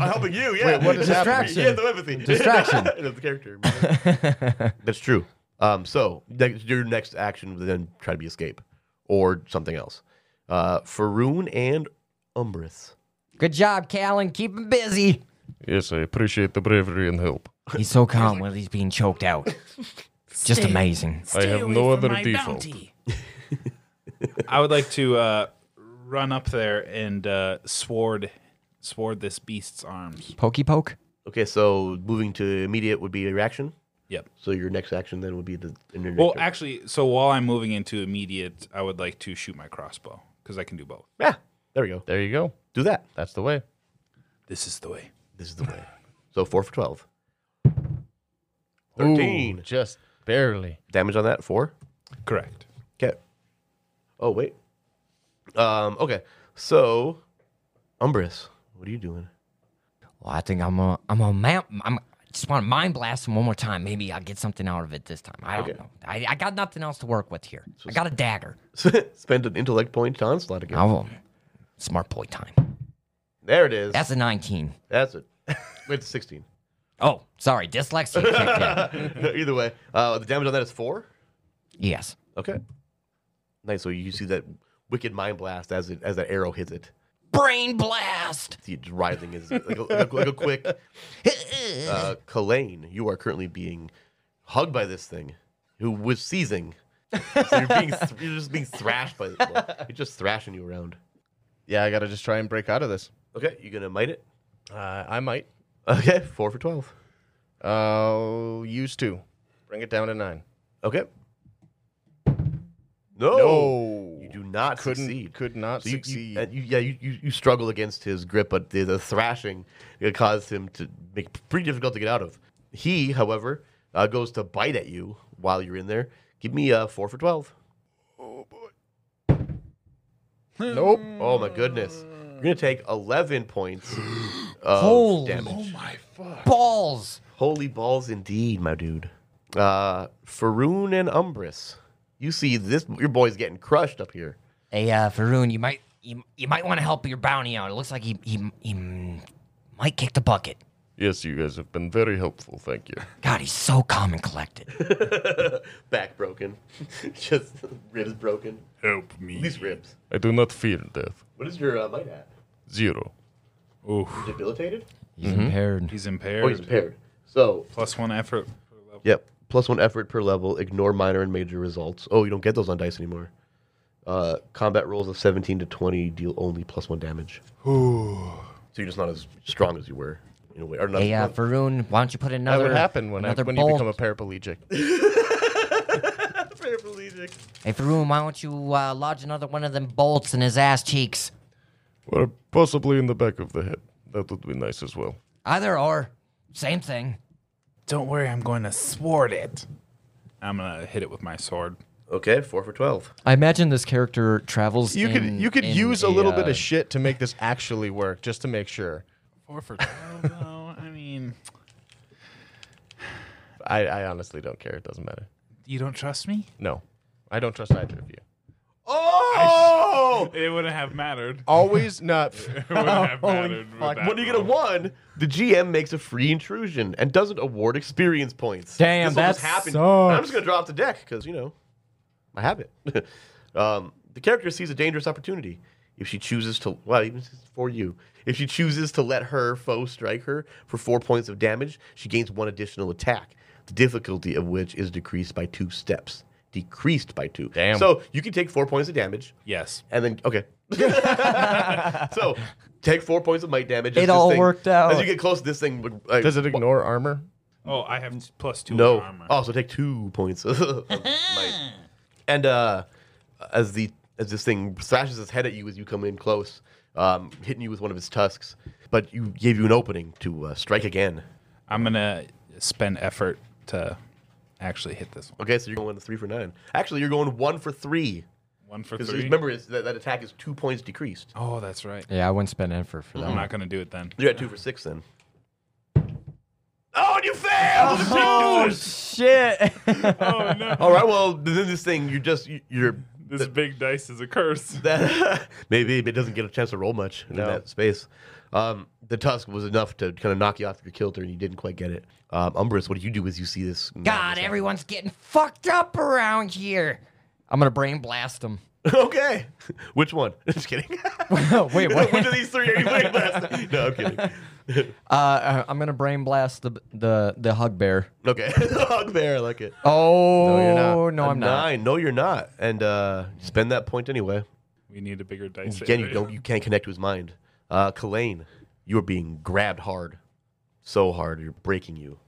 Speaker 2: helping you. Yeah.
Speaker 1: Wait, what is happening?
Speaker 2: Yeah, the empathy.
Speaker 4: Distraction.
Speaker 2: That's the character. That's true. Um, so ne- your next action would then try to be escape or something else. Uh, Faroon and Umbrus.
Speaker 5: Good job, Callan. Keep him busy.
Speaker 1: Yes, I appreciate the bravery and help.
Speaker 5: He's so calm while he's being choked out. Just amazing.
Speaker 1: I have no other default.
Speaker 3: I would like to uh, run up there and uh, sword sword this beast's arms.
Speaker 4: Pokey poke?
Speaker 2: Okay, so moving to immediate would be your action.
Speaker 3: Yep.
Speaker 2: So your next action then would be the. in your
Speaker 3: Well,
Speaker 2: next turn.
Speaker 3: actually, so while I'm moving into immediate, I would like to shoot my crossbow because I can do both.
Speaker 2: yeah, there we go.
Speaker 1: There you go.
Speaker 2: Do that.
Speaker 1: That's the way.
Speaker 3: This is the way.
Speaker 2: This is the way. so four for twelve. Thirteen
Speaker 1: Ooh, just barely.
Speaker 2: damage on that. Four.
Speaker 3: Correct.
Speaker 2: Okay. Oh wait. Um. Okay. So, Umbris, what are you doing?
Speaker 5: Well, I think I'm a I'm a mount. I'm I just want to mind blast him one more time. Maybe I'll get something out of it this time. I don't know. I, I got nothing else to work with here. I got a dagger.
Speaker 2: Spend an intellect point to onslaught again.
Speaker 5: I'll, smart boy time.
Speaker 2: There it is.
Speaker 5: That's a 19.
Speaker 2: That's it. Wait, it's sixteen.
Speaker 5: Oh, sorry, dyslexia kicked
Speaker 2: No, either way, uh, the damage on that is four.
Speaker 5: in. Yes.
Speaker 2: Okay. Nice. So you see that wicked mind blast as it as that arrow hits it.
Speaker 5: brain blast.
Speaker 2: He's writhing his like a, like a- like a quick. Uh, Kalane, you are currently being hugged by this thing, who was seizing. So you're being th- you're just being thrashed by this. One. It's just thrashing you around.
Speaker 1: Yeah, I gotta just try and break out of this.
Speaker 2: Okay, you gonna mite it?
Speaker 1: Uh, I might.
Speaker 2: Okay, four for twelve.
Speaker 1: I'll Uh, use two. Bring it down to nine.
Speaker 2: Okay. No,
Speaker 1: No.
Speaker 2: you do not
Speaker 1: Couldn't-
Speaker 2: succeed.
Speaker 1: could not
Speaker 2: you- you-
Speaker 1: Oh! succeed.
Speaker 2: uh, you- yeah, you, you, you struggle against his grip, but the, the thrashing uh, caused him to make it pretty difficult to get out of. He, however, uh, goes to bite at you while you're in there. Give me a four for twelve.
Speaker 1: Nope.
Speaker 2: Oh my goodness! You're gonna take eleven points of
Speaker 5: Holy
Speaker 2: damage.
Speaker 5: Balls.
Speaker 2: Holy balls indeed, my dude. Uh, Faroon and Umbris, you see this? Your boy's getting crushed up here.
Speaker 5: Hey, uh, Faroon, you might you, you might want to help your bounty out. It looks like he he, he m- might kick the bucket.
Speaker 1: Yes, you guys have been very helpful. Thank you.
Speaker 5: God, he's so calm and collected.
Speaker 2: Back broken, just ribs broken.
Speaker 3: Help me.
Speaker 2: These ribs.
Speaker 1: I do not fear death.
Speaker 2: What is your uh, might at?
Speaker 1: Zero.
Speaker 2: Debilitated?
Speaker 4: He's impaired.
Speaker 3: He's impaired.
Speaker 2: Oh, he's impaired. So
Speaker 3: Plus one effort per level.
Speaker 2: Yep. Plus one effort per level. Ignore minor and major results. Oh, you don't get those on dice anymore. Uh, combat rolls of 17 to 20 deal only plus one damage. So you're just not as strong as you were in a way. Or not
Speaker 5: hey, uh,
Speaker 2: as
Speaker 5: Faroon, why don't you put
Speaker 1: That
Speaker 5: another?
Speaker 1: would happen when, I,
Speaker 5: another
Speaker 1: when you
Speaker 5: bolt.
Speaker 1: become a paraplegic.
Speaker 5: Hey, Faroon, why don't you uh, lodge another one of them bolts in his ass cheeks?
Speaker 1: or possibly in the back of the head. That would be nice as well.
Speaker 5: Either or, same thing.
Speaker 6: Don't worry, I'm going to sword it.
Speaker 3: I'm gonna hit it with my sword.
Speaker 2: Okay, four for 12.
Speaker 4: I imagine this character travels.
Speaker 1: You could
Speaker 4: in-
Speaker 1: you could
Speaker 4: in
Speaker 1: use a little bit
Speaker 4: uh,
Speaker 1: of shit to make this actually work, just to make sure.
Speaker 3: Four for twelve. though. I mean,
Speaker 1: I, I honestly don't care. It doesn't matter.
Speaker 6: You don't trust me?
Speaker 1: No, I don't trust either of you.
Speaker 4: Oh!
Speaker 3: it wouldn't have mattered.
Speaker 1: Always not.
Speaker 3: It wouldn't have mattered. with that
Speaker 2: What are you going to one? The GM makes a free intrusion and doesn't award experience points.
Speaker 4: Damn,
Speaker 2: will
Speaker 4: that
Speaker 2: just happen.
Speaker 4: sucks.
Speaker 2: I'm just going to drop the deck because, you know, I have it. um, the character sees a dangerous opportunity. If she chooses to, well, even if it's for you, if she chooses to let her foe strike her for four points of damage, she gains one additional attack, the difficulty of which is decreased by two steps. Decreased by two.
Speaker 1: Damn.
Speaker 2: So you can take four points of damage,
Speaker 3: Yes.
Speaker 2: and then okay. so take four points of might damage. as
Speaker 4: It
Speaker 2: this
Speaker 4: all
Speaker 2: thing-
Speaker 4: worked out.
Speaker 2: As you get close, this thing would. Like,
Speaker 1: Does it ignore armor?
Speaker 3: Oh, I have t- plus two
Speaker 2: no.
Speaker 3: armor.
Speaker 2: Oh, so take two points of
Speaker 4: Uh-huh.
Speaker 2: might. And uh, as the as this thing slashes its head at you as you come in close, um, hitting you with one of its tusks, but you gave you an opening to uh, strike again.
Speaker 3: I'm gonna spend effort to actually hit this one.
Speaker 2: Okay, so you're going three for nine. Actually, you're going one for three.
Speaker 3: One for
Speaker 2: Because
Speaker 3: three.
Speaker 2: remember, it's, that, that attack is two points decreased.
Speaker 3: oh, that's right.
Speaker 4: Yeah, I wouldn't spend effort
Speaker 2: Oh.
Speaker 4: for that.
Speaker 3: I'm not gonna do it then.
Speaker 2: You're at two for six then. Oh, and you failed!
Speaker 4: Oh, Shit.
Speaker 3: oh no!
Speaker 2: All right. Well, th- th- this thing you just you- you're
Speaker 3: This big dice is a curse.
Speaker 2: that maybe it doesn't get a chance to roll much in that space. Um, the tusk was enough to kind of knock you off your kilter, and you didn't quite get it. Um, Umbris, what do you do as you see this?
Speaker 5: God, everyone's getting fucked up around here.
Speaker 4: I'm gonna brain blast him.
Speaker 2: okay. Which one? Just kidding.
Speaker 4: Oh, wait, what?
Speaker 2: Which of these three are you playing last? No, I'm kidding.
Speaker 4: Uh, uh, I'm gonna brain blast the the the hug bear.
Speaker 2: Okay, hog bear. I like it.
Speaker 4: Oh no,
Speaker 1: you're not.
Speaker 2: A
Speaker 4: I'm not.
Speaker 2: nine. No, you're not. And uh, spend that point anyway.
Speaker 3: We need a bigger dice.
Speaker 2: Again, you
Speaker 3: area.
Speaker 2: don't you can't connect to his mind. Uh Kalane, you're being grabbed hard. So hard, you're breaking you.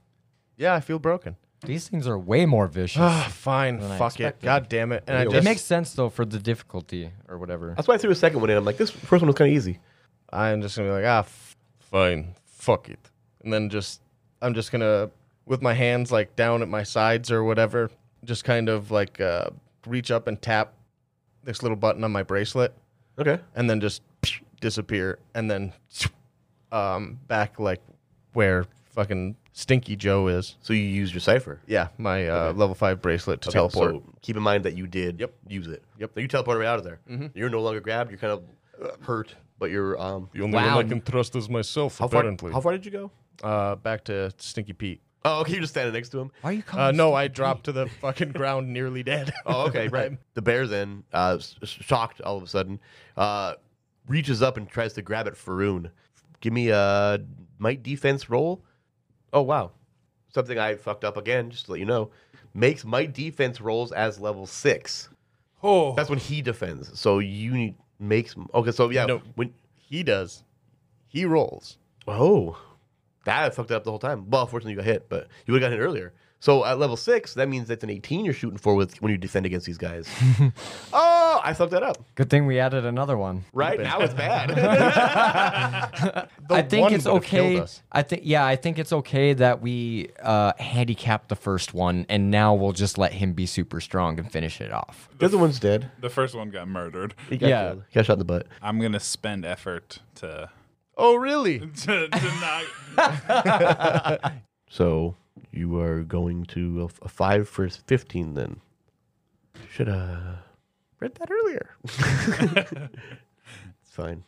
Speaker 1: Yeah, I feel broken.
Speaker 4: These things are way more vicious.
Speaker 1: Ah, fine.
Speaker 4: I
Speaker 1: Fuck it.
Speaker 4: expected.
Speaker 1: God damn it. And I
Speaker 2: It
Speaker 1: just
Speaker 4: it makes sense though for the difficulty or whatever.
Speaker 2: That's why I threw a second one in. I'm like, this first one was kinda easy.
Speaker 1: I'm just gonna be like, ah, f- fine, fuck it, and then just I'm just gonna with my hands like down at my sides or whatever, just kind of like uh, reach up and tap this little button on my bracelet,
Speaker 2: Okay.
Speaker 1: and then just disappear, and then um, back like where fucking Stinky Joe is.
Speaker 2: So you used your cipher.
Speaker 1: Yeah, my uh, level five bracelet to teleport.
Speaker 2: So keep in mind that you did
Speaker 1: Yep.
Speaker 2: use it.
Speaker 1: Yep.
Speaker 2: So you teleported right out of there. You're no longer grabbed, you're kind of hurt, but you're um
Speaker 1: the only
Speaker 5: Wow. one I can
Speaker 1: trust is myself,
Speaker 2: how far, how far did you go?
Speaker 1: uh, back to Stinky Pete.
Speaker 2: Oh, okay, you're just standing next to him.
Speaker 5: Why are you calling?
Speaker 1: Uh,
Speaker 5: us-
Speaker 1: no, I dropped to the fucking ground, nearly dead.
Speaker 2: Oh, okay, right. The bear then, uh, s- shocked all of a sudden, uh, reaches up and tries to grab at Faroon. Give me a might defense roll. Oh wow, something I fucked up again. Just to let you know, makes might defense rolls as level six.
Speaker 6: Oh,
Speaker 2: That's when he defends. So you need, makes okay. So yeah,
Speaker 1: No.
Speaker 2: when
Speaker 1: He does. He rolls.
Speaker 2: oh that I fucked it up the whole time. Well, fortunately you got hit, but you would have got hit earlier. So at level six, that means that's an eighteen you're shooting for with when you defend against these guys. oh, I fucked that up.
Speaker 4: Good thing we added another one.
Speaker 2: Right now it's bad.
Speaker 1: The
Speaker 4: I think
Speaker 1: one
Speaker 4: it's
Speaker 1: would have killed
Speaker 4: okay.
Speaker 1: us.
Speaker 4: I think yeah, I think it's okay that we uh, handicap the first one, and now we'll just let him be super strong and finish it off.
Speaker 2: the other one's dead.
Speaker 3: The first one got murdered.
Speaker 2: He got
Speaker 4: Yeah.
Speaker 2: killed. He got shot in the butt.
Speaker 3: I'm gonna spend effort to
Speaker 1: Oh, really?
Speaker 3: to, to
Speaker 2: So you are going to a, f- a five for fifteen then. Should uh read that earlier. it's fine.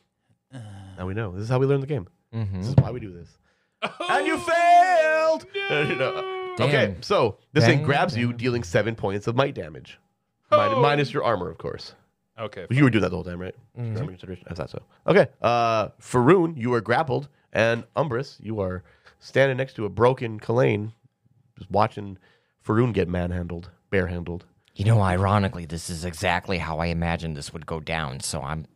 Speaker 2: Now we know. This is how we learn the game.
Speaker 4: Mm-hmm.
Speaker 2: This is why we do this. and you failed. You know. Okay,
Speaker 4: Damn.
Speaker 2: so this thing
Speaker 4: Damn.
Speaker 2: grabs you, dealing seven points of might damage, Min- minus your armor, of course.
Speaker 3: not. Okay.
Speaker 2: You were doing that the whole time, right? Grammar consideration? I thought so. Okay. Uh, Faroon, you are grappled, and Umbris, you are standing next to a broken Kalane, just watching Faroon get manhandled, barehandled.
Speaker 5: You know, ironically, this is exactly how I imagined this would go down. So I'm,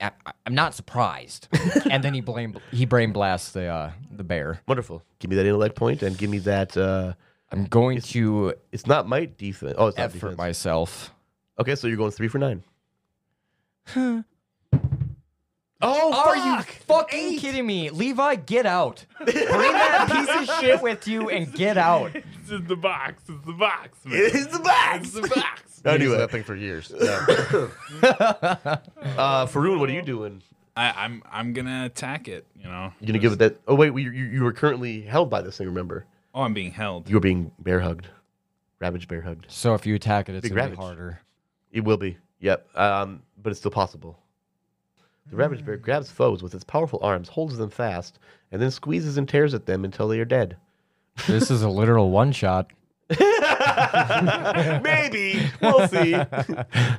Speaker 5: I, I'm not surprised.
Speaker 4: and then he blame he brain blasts the uh, the bear.
Speaker 2: Wonderful. Give me that intellect point, and give me that. Uh,
Speaker 4: I'm going to
Speaker 2: it's not might defense. Oh, it's not
Speaker 4: effort
Speaker 2: defense.
Speaker 4: myself.
Speaker 2: Okay, so you're going three for nine. oh,
Speaker 4: Are
Speaker 2: fuck!
Speaker 4: you fucking kidding me, Levi? Get out! Bring that piece of shit with you and get out.
Speaker 3: It's in the box. It's the box, man.
Speaker 2: It's the box.
Speaker 3: It's the box.
Speaker 1: I
Speaker 2: Anyway.
Speaker 1: knew that thing for years. Yeah.
Speaker 2: Uh, Faroon, what are you doing?
Speaker 3: I, I'm I'm gonna attack it. You know.
Speaker 2: You're gonna give it that? Oh wait, we, you you were currently held by this thing. Remember,
Speaker 3: Oh, I'm being held.
Speaker 2: you were being bear hugged, ravaged bear hugged.
Speaker 4: So if you attack it, it's
Speaker 2: Big
Speaker 4: gonna
Speaker 2: ravage.
Speaker 4: be harder.
Speaker 2: It will be. Yep. Um, but it's still possible. The ravaged bear grabs foes with its powerful arms, holds them fast, and then squeezes and tears at them until they are dead.
Speaker 4: This is a literal one shot.
Speaker 2: Maybe we'll see.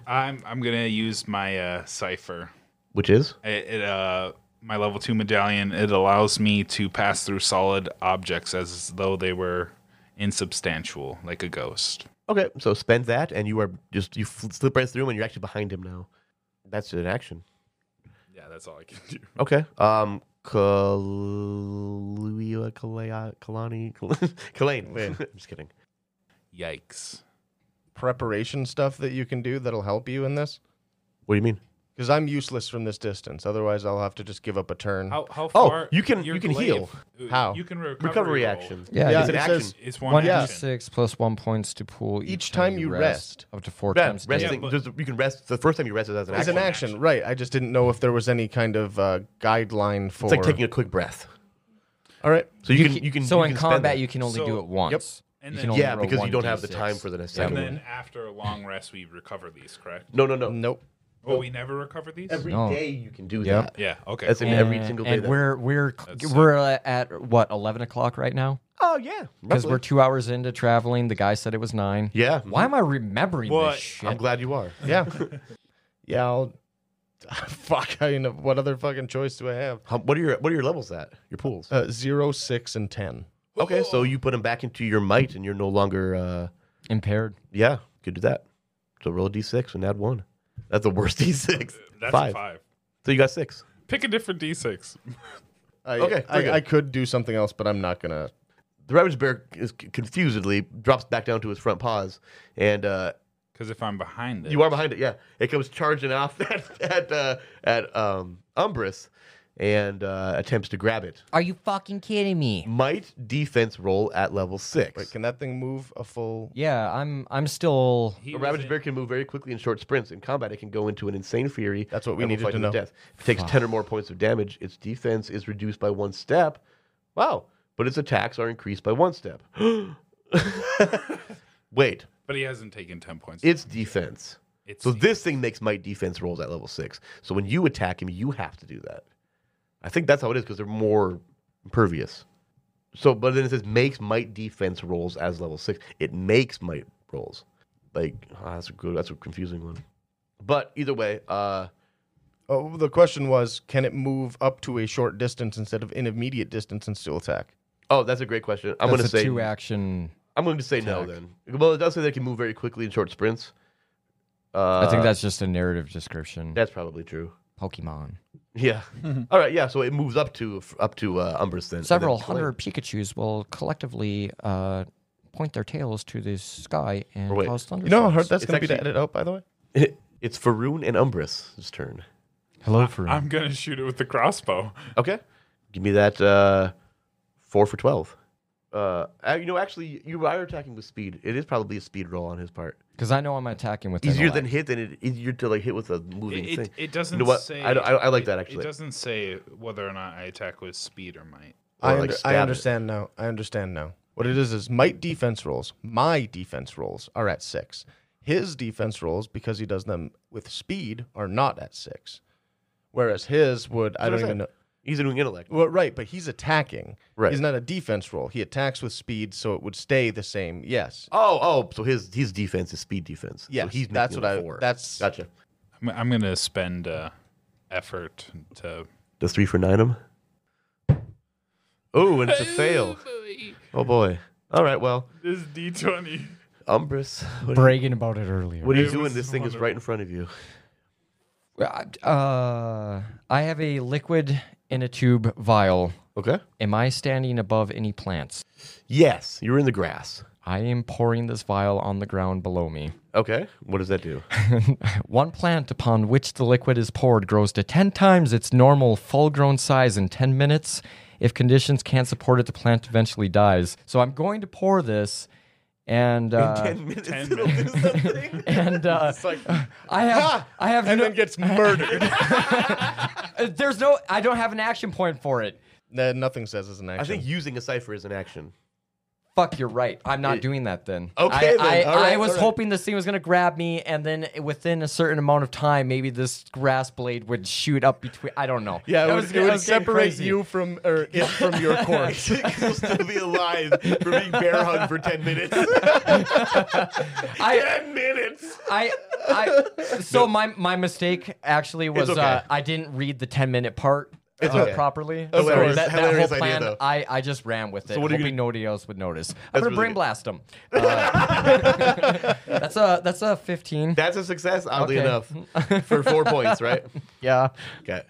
Speaker 3: I'm I'm gonna use my uh, cipher.
Speaker 2: Which is
Speaker 3: It, it uh my level two medallion. It allows me to pass through solid objects as though they were insubstantial, like a ghost.
Speaker 2: okay. So spend that, and you are just you fl- slip right through him, and you're actually behind him now. That's an action.
Speaker 3: Yeah, that's all I can do.
Speaker 2: Okay. Um. Kaluia Kalea- Kalani Kalane. I'm just kidding.
Speaker 3: Yikes!
Speaker 1: Preparation stuff that you can do that'll help you in this?
Speaker 2: What do you mean?
Speaker 1: Because I'm useless from this distance. Otherwise, I'll have to just give up a turn.
Speaker 3: How how
Speaker 2: Oh,
Speaker 3: far?
Speaker 2: you can-
Speaker 3: your
Speaker 2: you can
Speaker 3: glaive-
Speaker 2: heal.
Speaker 3: uh,
Speaker 1: How?
Speaker 3: You can recovery,
Speaker 2: Recovery
Speaker 3: roll.
Speaker 2: action.
Speaker 4: Yeah,
Speaker 1: Yeah,
Speaker 2: it's an
Speaker 1: it
Speaker 2: action.
Speaker 1: says-
Speaker 3: It's one
Speaker 4: One d
Speaker 3: action.
Speaker 4: six plus one points to pool each,
Speaker 1: Each time you rest.
Speaker 4: up to four
Speaker 2: Yeah,
Speaker 4: times. daily.
Speaker 2: resting.
Speaker 3: but-
Speaker 2: just- you can rest. The first time you rest is as an
Speaker 1: It's
Speaker 2: action.
Speaker 1: an action, right? I just didn't know if there was any kind of uh, guideline for.
Speaker 2: It's like taking a quick breath.
Speaker 1: All right.
Speaker 2: So you,
Speaker 4: You
Speaker 2: can, you can.
Speaker 4: so
Speaker 2: you
Speaker 4: in
Speaker 2: can spend
Speaker 4: combat
Speaker 2: that.
Speaker 4: you can only
Speaker 3: So-
Speaker 4: do it once.
Speaker 3: And
Speaker 4: You
Speaker 3: then-
Speaker 4: can only
Speaker 2: Yeah,
Speaker 4: roll
Speaker 2: because you don't have the
Speaker 4: 1d6.
Speaker 2: time for the next
Speaker 4: Yeah.
Speaker 2: second
Speaker 3: And
Speaker 2: one.
Speaker 3: then after a long rest, we recover these, correct?
Speaker 2: No, no, no.
Speaker 1: Nope.
Speaker 3: Oh, we never recover these.
Speaker 2: Every day
Speaker 4: No.
Speaker 2: you can do
Speaker 4: Yep.
Speaker 2: that.
Speaker 3: yeah. Okay.
Speaker 2: That's in
Speaker 3: cool.
Speaker 2: every
Speaker 4: And-
Speaker 2: single day.
Speaker 4: and
Speaker 2: that-
Speaker 4: we're we're we're uh, at what eleven o'clock right now
Speaker 2: oh yeah,
Speaker 4: because
Speaker 2: roughly.
Speaker 4: we're two hours into traveling. The guy said it was nine.
Speaker 2: yeah.
Speaker 4: Why am I remembering
Speaker 3: What?
Speaker 4: this shit?
Speaker 2: I'm glad you are.
Speaker 1: Yeah. yeah. I'll. Fuck. I know. What other fucking choice do I have?
Speaker 2: How, what are your What are your levels at? Your pools.
Speaker 1: Uh, zero, six, and ten.
Speaker 2: okay, so you put them back into your might, and you're no longer. Uh,
Speaker 4: Impaired.
Speaker 2: yeah, you could do that. So roll a d6 and add one. That's the worst d6.
Speaker 3: That's
Speaker 2: five.
Speaker 3: a five.
Speaker 2: So you got six.
Speaker 3: Pick a different d6.
Speaker 1: I,
Speaker 2: Okay, we're
Speaker 1: I,
Speaker 2: good.
Speaker 1: I could do something else, but I'm not gonna.
Speaker 2: The ravaged bear is c- confusedly drops back down to his front paws, and uh,
Speaker 3: Because if I'm behind it,
Speaker 2: You are behind it, yeah. It comes charging off at at uh, at um, Umbris and uh, attempts to grab it.
Speaker 5: Are you fucking kidding me?
Speaker 2: Might defense roll at level six.
Speaker 1: Wait, can that thing move a full?
Speaker 4: Yeah, I'm I'm still.
Speaker 3: He
Speaker 2: a
Speaker 3: was
Speaker 2: ravaged
Speaker 3: in-
Speaker 2: bear can move very quickly in short sprints. In combat, it can go into an insane fury.
Speaker 1: That's what we
Speaker 2: and will
Speaker 1: needed
Speaker 2: fight
Speaker 1: to
Speaker 2: the
Speaker 1: know.
Speaker 2: Death. If it takes ten or more points of damage, its defense is reduced by one step. Wow, but its attacks are increased by one step. Wait,
Speaker 3: But he hasn't taken 10 points.
Speaker 2: its defense.
Speaker 3: It's
Speaker 2: So this thing makes my defense rolls at level six. So when you attack him, you have to do that. I think that's how it is because they're more impervious. So, but then it says makes might defense rolls as level six. It makes might ah, rolls. Like oh, that's a good. That's a confusing one. But either way, uh,
Speaker 1: Oh, the question was, can it move up to a short distance instead of an immediate distance and still attack?
Speaker 2: Oh, that's a great question. I'm going
Speaker 4: That's
Speaker 2: to
Speaker 4: a
Speaker 2: say
Speaker 4: two action.
Speaker 2: I'm going to say no then. Well, it does say they can move very quickly in short sprints. Uh,
Speaker 4: I think that's just a narrative description.
Speaker 2: that's probably true.
Speaker 5: Pokemon.
Speaker 2: Yeah. All right. Yeah. So it moves up to up to uh, Umbrus then. and then
Speaker 5: Several
Speaker 2: claim-
Speaker 5: hundred Pikachu's will collectively uh, point their tails to the sky and
Speaker 2: Wait.
Speaker 5: cause thunder.
Speaker 1: You know how hard that's
Speaker 2: It's
Speaker 1: going to be to
Speaker 2: actually-
Speaker 1: edit out, by the way?
Speaker 2: it's Faroon and Umbrus's turn.
Speaker 4: Hello, for
Speaker 3: I'm gonna shoot it with the crossbow.
Speaker 2: Okay. Give me that uh, four for twelve. Uh, uh, you know, actually, you are attacking with speed. It is probably a speed roll on his part.
Speaker 4: because I know I'm attacking with
Speaker 2: Easier
Speaker 4: intellect.
Speaker 2: than hit than it easier to like hit with a moving
Speaker 3: It,
Speaker 2: thing.
Speaker 3: it, it doesn't
Speaker 2: You know what?
Speaker 3: say.
Speaker 2: I, I, I like
Speaker 3: it-
Speaker 2: that
Speaker 3: It
Speaker 2: actually.
Speaker 3: doesn't say whether or not I attack with speed or might.
Speaker 2: Or,
Speaker 1: I,
Speaker 2: like,
Speaker 1: under-
Speaker 2: stab
Speaker 1: I
Speaker 2: it.
Speaker 1: understand now. I understand now. What it is is might defense rolls. My defense rolls are at six. His defense rolls, because he does them with speed, are not at six. Whereas his would, I don't
Speaker 2: That's what I
Speaker 1: even know.
Speaker 2: said. He's doing intellect.
Speaker 1: Well, right, but he's attacking.
Speaker 2: Right.
Speaker 1: He's not a defense roll. He attacks with speed, so it would stay the same. Yes.
Speaker 2: Oh, oh, so his his defense is speed defense.
Speaker 1: Yes,
Speaker 2: so he's
Speaker 1: that's
Speaker 2: making
Speaker 1: what
Speaker 2: it
Speaker 1: I-
Speaker 2: Four.
Speaker 1: that's-
Speaker 2: gotcha.
Speaker 3: I'm, I'm gonna spend uh, effort to.
Speaker 2: Does three for nine him? Oh, and it's a fail. Oh boy. All right. Well,
Speaker 3: This d20.
Speaker 2: Umbrus, what,
Speaker 4: bragging about it earlier.
Speaker 2: what are you
Speaker 3: It
Speaker 2: doing?
Speaker 3: was
Speaker 2: This thing is right in front of you.
Speaker 4: Uh, I have a liquid in a tube vial.
Speaker 2: Okay.
Speaker 4: Am I standing above any plants?
Speaker 2: Yes, you're in the grass.
Speaker 4: I am pouring this vial on the ground below me.
Speaker 2: Okay. What does that do?
Speaker 4: One plant upon which the liquid is poured grows to 10 times its normal full grown size in 10 minutes. If conditions can't support it, the plant eventually dies. So I'm going to pour this, and uh,
Speaker 2: Ten minutes.
Speaker 3: 10
Speaker 2: it'll do something.
Speaker 4: and uh, I have I have
Speaker 1: And
Speaker 4: no-
Speaker 1: then gets murdered.
Speaker 4: uh, there's no I don't have an action point for it.
Speaker 1: Nah, nothing says it's an action.
Speaker 2: I think using a cipher is an action.
Speaker 4: Fuck, you're right. I'm not doing that then.
Speaker 2: Okay,
Speaker 4: I,
Speaker 2: then.
Speaker 4: I,
Speaker 2: All right,
Speaker 4: I was
Speaker 2: all right.
Speaker 4: hoping this thing was gonna grab me, and then within a certain amount of time, maybe this grass blade would shoot up between. I don't know.
Speaker 1: yeah,
Speaker 4: That
Speaker 1: it would,
Speaker 4: was-
Speaker 1: it
Speaker 4: that
Speaker 1: would
Speaker 4: was getting
Speaker 1: separate
Speaker 4: crazy.
Speaker 1: you from or it from your corpse.
Speaker 2: You'll still be alive for being bear hugged for ten minutes.
Speaker 4: I,
Speaker 2: ten minutes.
Speaker 4: I, I. So my my mistake actually was
Speaker 2: okay.
Speaker 4: uh, I didn't read the ten minute part. uh,
Speaker 2: okay.
Speaker 4: properly.
Speaker 2: Hilarious-
Speaker 4: So that, that
Speaker 2: hilarious
Speaker 4: whole
Speaker 2: idea,
Speaker 4: plan,
Speaker 2: though.
Speaker 4: I, I just ran with it,
Speaker 2: what are you
Speaker 4: hoping
Speaker 2: gonna-
Speaker 4: nobody else would notice. I'm gonna
Speaker 2: really
Speaker 4: brain
Speaker 2: good.
Speaker 4: blast him. that's a that's a fifteen.
Speaker 2: That's a success, oddly
Speaker 4: Okay.
Speaker 2: enough, for four points, right?
Speaker 4: yeah.
Speaker 2: Okay.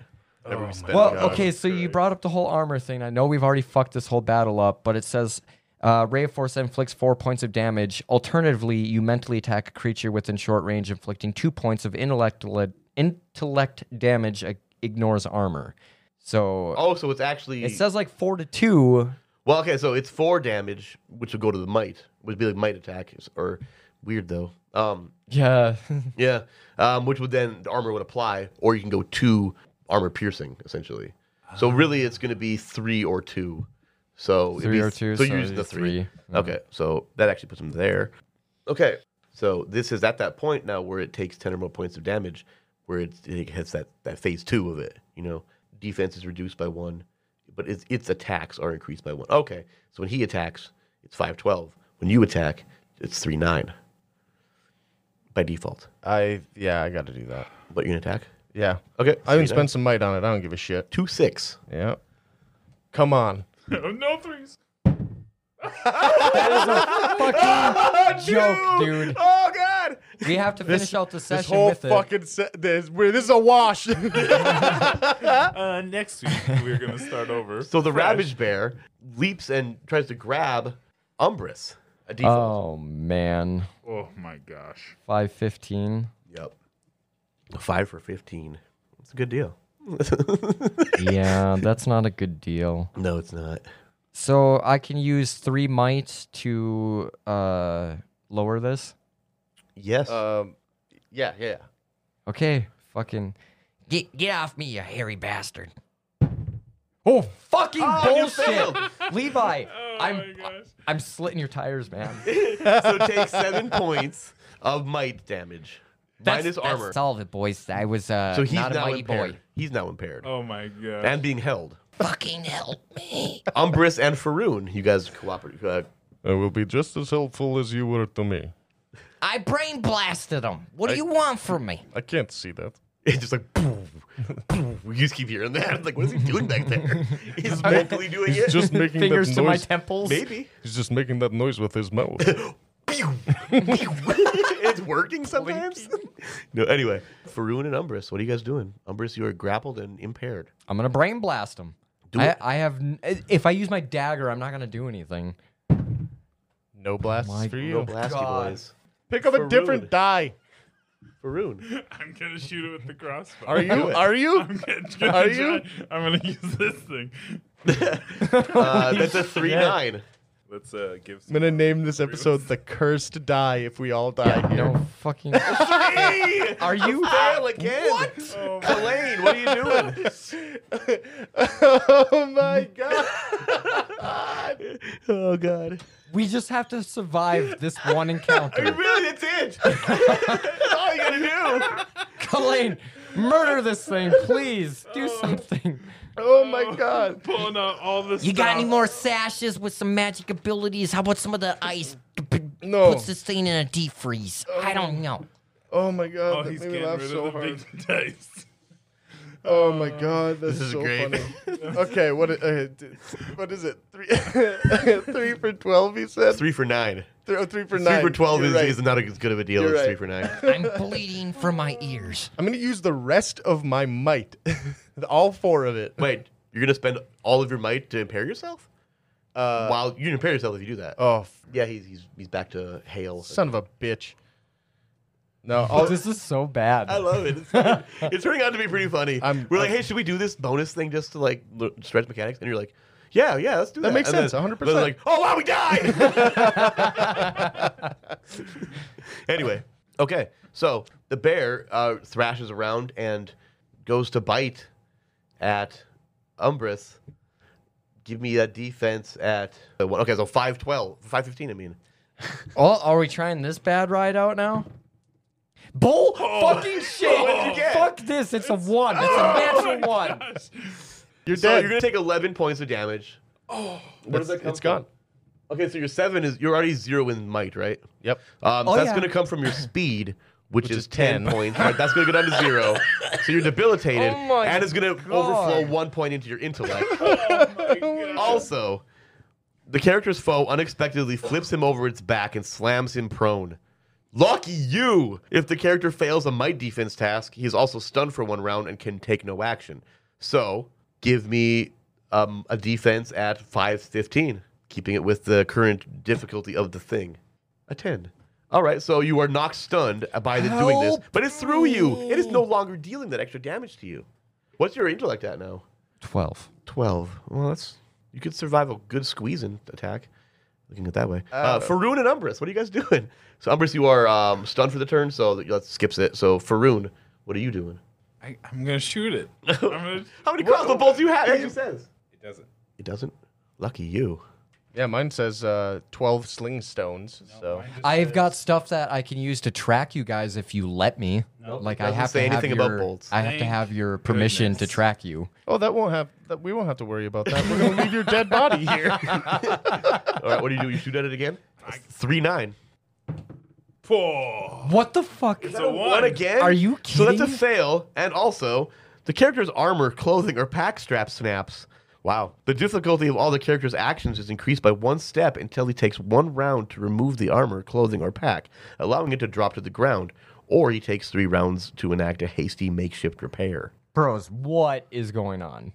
Speaker 2: Never spent
Speaker 4: Well,
Speaker 2: Oh, God.
Speaker 4: okay, so you brought up the whole armor thing. I know we've already fucked this whole battle up, but it says uh, Ray of Force inflicts four points of damage. Alternatively, you mentally attack a creature within short range, inflicting two points of intellect, intellect damage, uh, ignores armor. So
Speaker 2: Oh, so it's actually
Speaker 4: it says like four to two.
Speaker 2: Well, okay, so it's four damage, which would go to the might, would be like might attack, is- or weird though. Um,
Speaker 4: Yeah.
Speaker 2: yeah, um, which would then the armor would apply, or you can go two armor piercing essentially. So
Speaker 4: Ah.
Speaker 2: really, it's going to be three or two. So it'd
Speaker 4: Three
Speaker 2: be
Speaker 4: or
Speaker 2: th-
Speaker 4: two,
Speaker 2: So
Speaker 4: so
Speaker 2: you're using the
Speaker 4: it'd be
Speaker 2: three.
Speaker 4: three.
Speaker 2: Okay, so that actually puts him there. Okay, so this is at that point now where it takes ten or more points of damage, where it, it hits that that phase two of it. You know, defense is reduced by one, but its its attacks are increased by one. Okay, so when he attacks, it's five twelve. When you attack, it's three nine. By default,
Speaker 1: I yeah, I got to do that.
Speaker 2: but you can attack.
Speaker 1: Yeah. eh?
Speaker 2: Okay,
Speaker 1: I even
Speaker 2: so you
Speaker 1: spent some might on it. I don't give a shit.
Speaker 2: Two six.
Speaker 1: Yeah. Come on.
Speaker 3: Oh, no threes.
Speaker 4: Joke, dude.
Speaker 2: Oh God!
Speaker 4: We have to finish out the session
Speaker 1: This whole
Speaker 4: with it.
Speaker 1: fucking se- this we're- this is a wash.
Speaker 3: Uh, next week we're gonna start over.
Speaker 2: So the ravaged bear leaps and tries to grab Umbris. A default.
Speaker 4: Oh man.
Speaker 3: oh my gosh.
Speaker 4: Five fifteen.
Speaker 2: Yep. Five for fifteen. It's a good deal.
Speaker 4: Yeah, that's not a good deal.
Speaker 2: No, it's not.
Speaker 4: So I can use three might to uh, lower this.
Speaker 2: Yes.
Speaker 5: Uh,
Speaker 1: um, yeah, yeah.
Speaker 4: Okay, fucking.
Speaker 5: Get, get off me, you hairy bastard.
Speaker 4: Oh fucking
Speaker 2: failed.
Speaker 4: bullshit, Levi!
Speaker 2: Oh
Speaker 4: I'm I'm slitting your tires, man.
Speaker 2: so take seven points of might damage minus armor.
Speaker 5: That's all of it, boys. I was uh,
Speaker 2: so he's
Speaker 5: not a
Speaker 2: now
Speaker 5: mighty
Speaker 2: impaired.
Speaker 5: boy.
Speaker 2: He's now impaired
Speaker 3: Oh my god.
Speaker 2: and being held.
Speaker 5: Fucking help me.
Speaker 2: Umbris and Faroon, you guys cooperate. Uh,
Speaker 1: I will be just as helpful as you were to me.
Speaker 5: I brain blasted him. What do you want from me?
Speaker 1: I can't see that.
Speaker 2: It's just like, poof, poof. you just keep hearing that. Like, what is he doing back there? He's mentally doing it.
Speaker 1: He's just making
Speaker 11: Fingers
Speaker 1: that
Speaker 11: to my
Speaker 1: noise.
Speaker 11: temples.
Speaker 2: maybe.
Speaker 1: He's just making that noise with his mouth.
Speaker 2: Pew, pew. it's working sometimes. no, anyway, Faroon and Umbris, what are you guys doing? Umbris, you are grappled and impaired.
Speaker 4: I'm gonna brain blast him. I, I have. n-
Speaker 5: eh,
Speaker 4: If I use my dagger, I'm not gonna do anything.
Speaker 1: no blasts for you.
Speaker 2: No blasty
Speaker 4: God.
Speaker 2: boys.
Speaker 1: Pick up a
Speaker 2: Faroon.
Speaker 1: different die.
Speaker 2: Faroon.
Speaker 3: I'm gonna shoot it with the crossbow.
Speaker 1: Are you? Are you?
Speaker 3: Are
Speaker 1: you?
Speaker 3: I'm gonna use this thing.
Speaker 2: Uh, that's a 3 9.
Speaker 3: Let's uh, give.
Speaker 1: I'm gonna name this episode "The Cursed Die." If we all die here,
Speaker 4: No fucking. Are you?
Speaker 2: Fail again. What? Elaine, what are you doing?
Speaker 1: oh my god!
Speaker 2: oh, God.
Speaker 4: We just have to survive this one encounter.
Speaker 2: Really? That's it. that's all you gotta
Speaker 4: Colleen, murder this thing, please. Do something.
Speaker 1: Oh my god!
Speaker 3: Pulling out all this.
Speaker 5: You got any more sashes with some magic abilities? How about some of the ice?
Speaker 1: No.
Speaker 5: Puts this thing in a deep freeze. I don't know.
Speaker 1: Oh my god!
Speaker 3: Oh,
Speaker 1: that
Speaker 3: he's
Speaker 1: made me
Speaker 3: getting
Speaker 1: laugh
Speaker 3: rid
Speaker 1: so
Speaker 3: of the
Speaker 1: hard.
Speaker 3: big dice.
Speaker 1: Oh my god! That's
Speaker 2: is
Speaker 1: so
Speaker 2: great.
Speaker 1: funny. okay, what? i- Uh, d- what is it? Three, three for twelve. He said
Speaker 2: do. Three for nine.
Speaker 1: Three, oh, three for
Speaker 2: Three
Speaker 1: nine.
Speaker 2: for 12
Speaker 1: You're
Speaker 2: is,
Speaker 1: right.
Speaker 2: is not as good of a deal
Speaker 1: You're
Speaker 2: as three
Speaker 1: right.
Speaker 2: for nine.
Speaker 5: I'm bleeding from my ears.
Speaker 1: I'm gonna use the rest of my might, all four of it.
Speaker 2: Wait, you're gonna spend all of your might to impair yourself? Uh, While you can impair yourself if you do that.
Speaker 1: Oh, f-
Speaker 2: yeah, he's he's, he's back to hail.
Speaker 1: son of a bitch! No, I'll,
Speaker 4: Oh, This is so bad.
Speaker 2: I love it. It's, fun. it's turning out to be pretty funny.
Speaker 1: I'm-
Speaker 2: We're like, hey, should we do this bonus thing just to like l- stretch mechanics? And you're like, yeah, yeah, let's do that.
Speaker 1: That makes
Speaker 2: And
Speaker 1: sense,
Speaker 2: then-
Speaker 1: 100%.
Speaker 2: then Like, oh wow, we died. anyway, okay, so the bear uh, thrashes around and goes to bite at Umbris. Give me that defense at uh, one. Okay, so 512, 515, I mean.
Speaker 4: Oh, are we trying this bad ride out now? Bull fucking shit! Fuck this! It's Oh a one. It's a natural one.
Speaker 1: you're
Speaker 2: So
Speaker 1: dead.
Speaker 2: you're gonna take 11 points of damage. Oh, where does that come
Speaker 1: it's gone.
Speaker 2: Okay, so your seven is you're already zero in might, right?
Speaker 1: Yep.
Speaker 2: Um, so that's
Speaker 4: Oh, yeah.
Speaker 2: going to come from your speed, which, is,
Speaker 1: is
Speaker 2: 10,
Speaker 1: 10.
Speaker 2: points. Right, that's going to go down to zero. So you're debilitated,
Speaker 4: Oh my
Speaker 2: and it's going to overflow one point into your intellect.
Speaker 4: Oh
Speaker 2: also, the character's foe unexpectedly flips him over its back and slams him prone. Lucky you! If the character fails a might defense task, he is also stunned for one round and can take no action. So, give me um, a defense at 515, keeping it with the current difficulty of the thing. A 10. All right, so you are knocked stunned by the doing this, but it's through you. It is no longer dealing that extra damage to you. What's your intellect at now?
Speaker 4: Twelve.
Speaker 2: 12. Well, that's you could survive a good squeeze and attack. Looking at that way. Uh, Faroon and Umbris, what are you guys doing? So Umbris, you are um, stunned for the turn, so that, that skips it. So Faroon, what are you doing?
Speaker 3: I, I'm gonna shoot it. I'm gonna,
Speaker 2: How many crossbow bolts do you have? It actually says.
Speaker 3: it doesn't.
Speaker 2: It doesn't. Lucky you.
Speaker 1: Yeah, mine says uh, 12 sling stones. so
Speaker 4: I've got stuff that I can use to track you guys if you let me. like I
Speaker 2: doesn't
Speaker 4: have
Speaker 2: say
Speaker 4: to have
Speaker 2: anything
Speaker 4: your,
Speaker 2: about bolts.
Speaker 4: I have to
Speaker 3: Thank
Speaker 4: have your permission to
Speaker 3: goodness.
Speaker 4: track you.
Speaker 1: Oh, that won't have that we won't have to worry about that. We're going to leave your dead body here.
Speaker 2: All right, what do you do? You shoot at it again? Three nine.
Speaker 3: Four.
Speaker 4: What the fuck?
Speaker 3: So one.
Speaker 2: One again?
Speaker 4: Are you
Speaker 2: So that's a
Speaker 4: kidding?
Speaker 2: fail. And also, the character's armor, clothing, or pack strap snaps. Wow. The difficulty of all the character's actions is increased by one step until he takes one round to remove the armor, clothing, or pack, allowing it to drop to the ground, or he takes three rounds to enact a hasty makeshift repair.
Speaker 4: Bros, what is going on?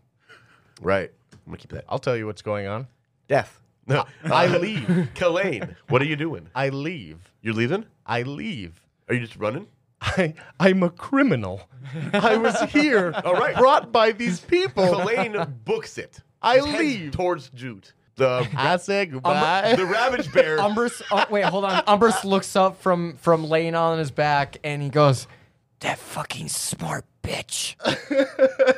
Speaker 2: Right. I'm going to keep that.
Speaker 1: I'll tell you what's going on.
Speaker 2: Death. No. I leave. Kalane, what are you doing?
Speaker 1: I leave.
Speaker 2: You're leaving?
Speaker 1: I leave.
Speaker 2: Are you just running?
Speaker 1: I I'm a criminal. I was here, all right, brought by these people.
Speaker 2: Kalane books it.
Speaker 1: I
Speaker 2: Heads
Speaker 1: leave.
Speaker 2: Towards Jute. The um,
Speaker 1: I say goodbye.
Speaker 2: the Ravage Bear.
Speaker 4: Umbris, oh, wait, hold on. Umbris looks up from from laying on his back and he goes,
Speaker 5: That fucking smart bitch.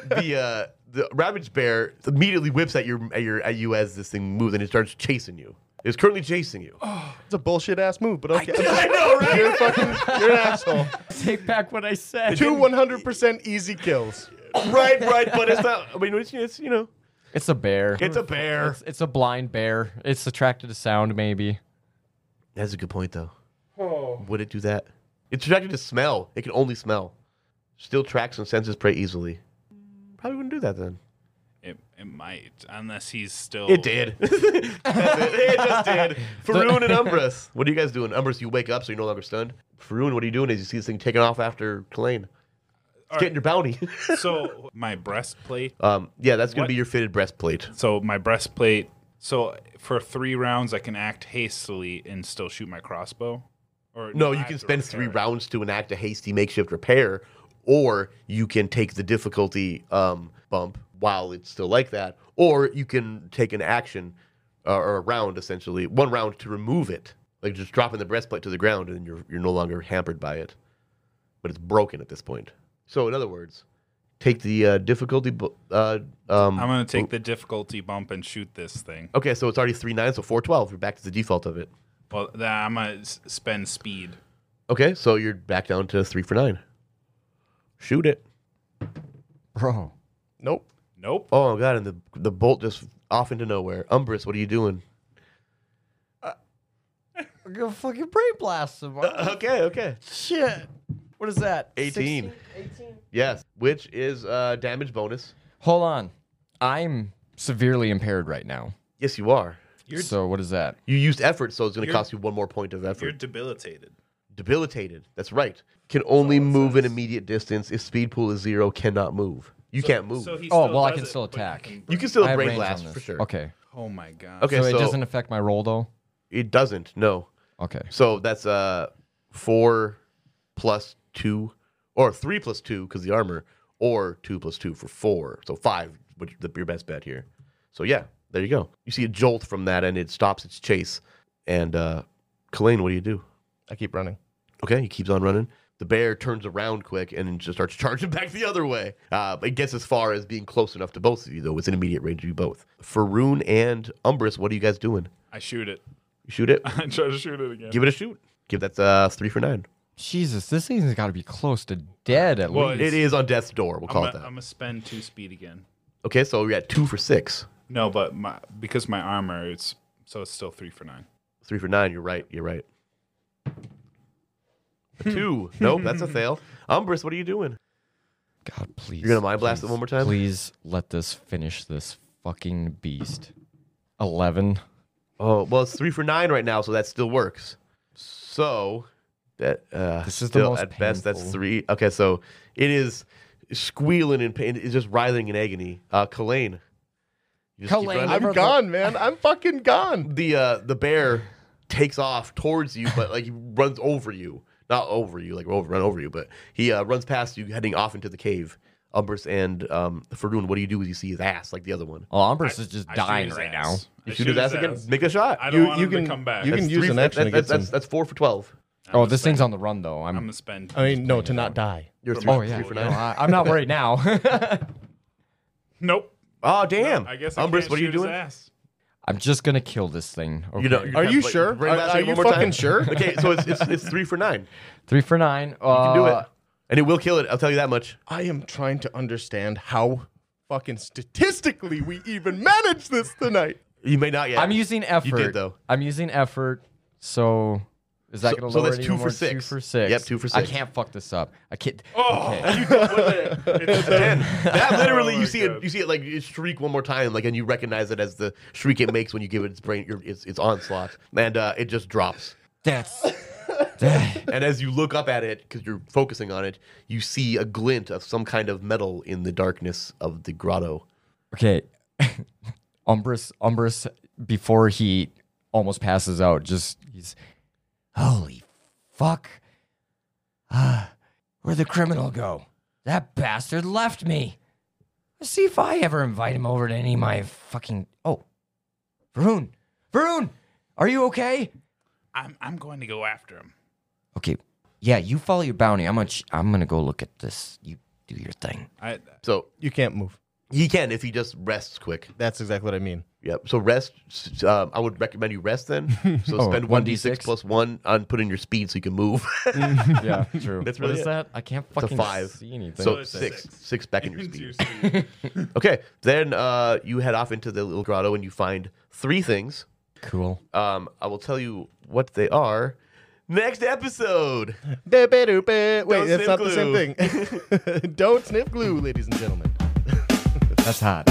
Speaker 2: the uh, the Ravage Bear immediately whips at your at your at you as this thing moves and it starts chasing you. It's currently chasing you.
Speaker 1: it's a bullshit ass move, but okay.
Speaker 2: Oh. know, right?
Speaker 1: You're fucking you're an asshole.
Speaker 4: "Take back what I said."
Speaker 1: Two 100% easy kills.
Speaker 2: right, right. But it's not. I mean, it's, it's you know,
Speaker 4: It's a bear.
Speaker 2: it's a bear.
Speaker 4: It's, it's a blind bear. It's attracted to sound, maybe.
Speaker 2: Oh. That's a good point, though. Would it do that? It's attracted to smell. It can only smell. Still tracks and senses prey easily. Probably wouldn't do that then.
Speaker 3: It, it might, unless he's still.
Speaker 2: It did. That's it. it just did. Faroon and Umbrus. What are you guys doing? Umbrus, you wake up so you're no longer stunned. Faroon, what are you doing as you see this thing taking off after Kalane? It's getting your bounty.
Speaker 3: So my breastplate.
Speaker 2: um, yeah, that's going to
Speaker 3: What?
Speaker 2: be your fitted breastplate.
Speaker 3: So my breastplate. So for three rounds, I can act hastily and still shoot my crossbow. Or
Speaker 2: No,
Speaker 3: I
Speaker 2: you
Speaker 3: have
Speaker 2: can
Speaker 3: to
Speaker 2: spend three
Speaker 3: repair it.
Speaker 2: rounds to enact a hasty makeshift repair, or you can take the difficulty um, bump while it's still like that, or you can take an action uh, or a round essentially, one round to remove it, like just dropping the breastplate to the ground, and you're you're no longer hampered by it, but it's broken at this point. So in other words, take the uh, difficulty. bu- Uh, um,
Speaker 3: I'm gonna take the difficulty bump and shoot this thing.
Speaker 2: okay, so it's already three nine, so four twelve. You're back to the default of it.
Speaker 3: Well, that I'm gonna s- spend speed.
Speaker 2: Okay, so you're back down to three for nine. Shoot it.
Speaker 4: Bro.
Speaker 1: Nope.
Speaker 3: Nope.
Speaker 2: Oh god, and the the bolt just off into nowhere. Umbrus, what are you doing?
Speaker 4: I'm gonna fucking brain blast him.
Speaker 2: Okay, okay.
Speaker 4: Shit. What is that?
Speaker 2: 18. Yes, which is uh damage bonus.
Speaker 4: Hold on. I'm severely impaired right now.
Speaker 2: Yes, you are.
Speaker 3: You're-
Speaker 4: so what is that?
Speaker 2: You used effort, so it's going to
Speaker 3: You're-
Speaker 2: cost you one more point of effort.
Speaker 3: You're debilitated.
Speaker 2: Debilitated. That's right. Can only move an immediate distance. If speed pool is zero, cannot move. You can't move.
Speaker 3: So he
Speaker 4: Oh,
Speaker 3: still
Speaker 4: well, I
Speaker 3: does
Speaker 4: can
Speaker 3: it,
Speaker 4: still
Speaker 3: but you
Speaker 4: attack.
Speaker 3: can-
Speaker 2: you can still
Speaker 4: I have
Speaker 2: brain
Speaker 4: range
Speaker 2: blast
Speaker 4: on this.
Speaker 2: for sure.
Speaker 4: Okay.
Speaker 3: Oh my god.
Speaker 2: Okay,
Speaker 4: so,
Speaker 2: so,
Speaker 4: it doesn't affect my roll though.
Speaker 2: It doesn't. No.
Speaker 4: Okay.
Speaker 2: So that's uh four plus two, or three plus two because the armor, or two plus two for four. So five, which the your best bet here. So yeah, there you go. You see a jolt from that, and it stops its chase. And uh Kalane, what do you do?
Speaker 1: I keep running.
Speaker 2: Okay, he keeps on running. The bear turns around quick and just starts charging back the other way. Uh, but it gets as far as being close enough to both of you, though. It's an immediate range of you both. Faroon and Umbrus, what are you guys doing?
Speaker 3: I shoot it.
Speaker 2: You shoot it?
Speaker 3: I try to shoot it again.
Speaker 2: Give it a shoot. Give that uh, three for nine.
Speaker 4: Jesus, this thing's got to be close to dead at
Speaker 3: Well,
Speaker 4: least.
Speaker 2: It is on death's door. We'll
Speaker 3: I'm
Speaker 2: call
Speaker 3: gonna
Speaker 2: it that.
Speaker 3: I'm gonna spend two speed again.
Speaker 2: Okay, so we're at two for six,
Speaker 3: No, but my because my armor, it's so it's still three for nine.
Speaker 2: three for nine. You're right. You're right.
Speaker 3: Hmm.
Speaker 2: A two. nope, that's a fail. Umbrus, what are you doing?
Speaker 4: God, please.
Speaker 2: You're gonna mind blast it
Speaker 4: please,
Speaker 2: one more time?
Speaker 4: Please let this finish this fucking beast. 11.
Speaker 2: Oh, well, it's three for nine right now, so that still works. So that uh,
Speaker 4: This is the
Speaker 2: still
Speaker 4: most
Speaker 2: at best that's
Speaker 4: painful.
Speaker 2: three. Okay, so it is squealing in pain. It's just writhing in agony. Uh, Kalane. You just keep
Speaker 4: Kalane,
Speaker 2: running?
Speaker 4: I'm
Speaker 1: I'm gone, man. I'm fucking gone.
Speaker 2: the uh, the bear takes off towards you, but like he runs over you, not over you, like over run over you, but he uh, runs past you, heading off into the cave. Umbris and um, Faroon, what do you do? when You see his ass, like the other one.
Speaker 4: Oh, Umbris is just
Speaker 3: I shoot
Speaker 4: dying
Speaker 3: his
Speaker 4: right
Speaker 3: ass. I
Speaker 2: You shoot his ass again. Make a shot.
Speaker 3: I don't
Speaker 1: You-
Speaker 3: want
Speaker 1: you
Speaker 3: him
Speaker 1: can-
Speaker 3: to come back.
Speaker 1: you can-
Speaker 2: That's
Speaker 1: use
Speaker 2: three-
Speaker 1: an
Speaker 2: that-
Speaker 1: action
Speaker 2: that-
Speaker 1: to get
Speaker 2: that's,
Speaker 1: some-
Speaker 2: that's, that's four for twelve.
Speaker 4: now. Oh, this thing's on the run though. I'm,
Speaker 3: I'm gonna spend.
Speaker 1: I mean, no, to not die.
Speaker 2: You're three,
Speaker 4: Oh
Speaker 2: three
Speaker 4: yeah.
Speaker 2: for
Speaker 4: no,
Speaker 2: nine.
Speaker 4: I, am not worried now.
Speaker 3: Nope.
Speaker 2: Oh damn!
Speaker 3: I guess. I
Speaker 2: Umbris,
Speaker 3: can't
Speaker 2: what are you
Speaker 3: shoot his
Speaker 2: doing?
Speaker 3: ass.
Speaker 4: I'm just going to kill this thing. Okay.
Speaker 2: You know, you're
Speaker 1: Are
Speaker 2: kinda
Speaker 1: you
Speaker 2: like-
Speaker 1: sure?
Speaker 2: bring
Speaker 1: Are-
Speaker 2: that
Speaker 1: are
Speaker 2: thing one
Speaker 1: you
Speaker 2: more
Speaker 1: fucking
Speaker 2: time.
Speaker 1: sure?
Speaker 2: okay, so it's, it's it's three for nine.
Speaker 4: 3 for Uh, 9. You
Speaker 2: You can do
Speaker 1: Uh,
Speaker 2: it, and it will kill it. I'll tell you that much.
Speaker 1: I am trying to understand how fucking statistically we even managed this tonight.
Speaker 2: You may not yet.
Speaker 4: I'm using effort.
Speaker 2: You did though.
Speaker 4: I'm using effort. So is that
Speaker 2: So-
Speaker 4: going to
Speaker 2: so
Speaker 4: lower
Speaker 2: that's
Speaker 4: it
Speaker 2: two
Speaker 4: even
Speaker 2: for
Speaker 4: more?
Speaker 2: six.
Speaker 4: Two for six.
Speaker 2: Yep, two for
Speaker 4: I
Speaker 2: six.
Speaker 4: can't fuck this up. I can't.
Speaker 3: Oh.
Speaker 4: okay.
Speaker 3: It's
Speaker 2: That literally,
Speaker 3: Oh
Speaker 2: you
Speaker 3: my
Speaker 2: see it,
Speaker 3: God.
Speaker 2: you see it like it shriek one more time, like, and you recognize it as the shriek it makes when you give it its brain, your, its, its onslaught, and uh, it just drops.
Speaker 4: That's
Speaker 2: And as you look up at it, because you're focusing on it, you see a glint of some kind of metal in the darkness of the grotto.
Speaker 4: okay. Umbris, Umbris, before he almost passes out, just he's
Speaker 5: Holy fuck. Ah, where'd the criminal go? That bastard left me. Let's see if I ever invite him over to any of my fucking. Oh, Varun! Varun! Are you okay?
Speaker 3: I'm I'm going to go after him.
Speaker 5: Okay. Yeah, you follow your bounty. I'm gonna, ch- I'm gonna go look at this. You do your thing.
Speaker 3: I
Speaker 2: So
Speaker 1: You can't move.
Speaker 2: he can if he just rests quick.
Speaker 1: That's exactly what I mean.
Speaker 2: Yep. So rest. s- Um, I would recommend you rest then. So spend Oh, one d six Mm.
Speaker 4: 1d6?
Speaker 2: plus one on putting your speed so you can move.
Speaker 4: yeah, true. That's
Speaker 2: really
Speaker 4: what is
Speaker 2: it.
Speaker 4: that? I can't
Speaker 2: to
Speaker 4: fucking
Speaker 2: five.
Speaker 4: see anything.
Speaker 2: So
Speaker 3: it's
Speaker 2: six,
Speaker 3: six.
Speaker 2: six back in your speed.
Speaker 3: Too soon.
Speaker 2: Okay, then uh, you head off into the little grotto and you find three things.
Speaker 4: cool.
Speaker 2: Um, I will tell you what they are. Next episode.
Speaker 1: Wait, that's
Speaker 2: sniff
Speaker 1: not
Speaker 2: glue.
Speaker 1: the same thing. Don't sniff glue, ladies and gentlemen.
Speaker 4: That's hot.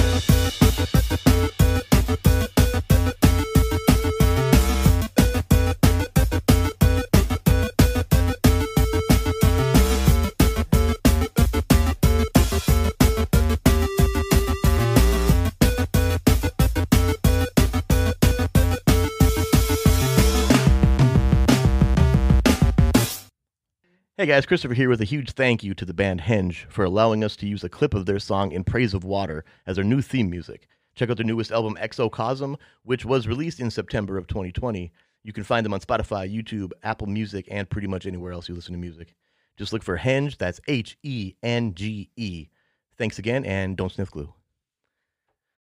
Speaker 2: Hey guys, Christopher here with a huge thank you to the band Henge for allowing us to use a clip of their song In Praise of Water as their new theme music. Check out their newest album Exocosm, which was released in September of 2020. You can find them on Spotify, YouTube, Apple Music, and pretty much anywhere else you listen to music. Just look for Henge, that's H E N G E. Thanks again, and don't sniff glue.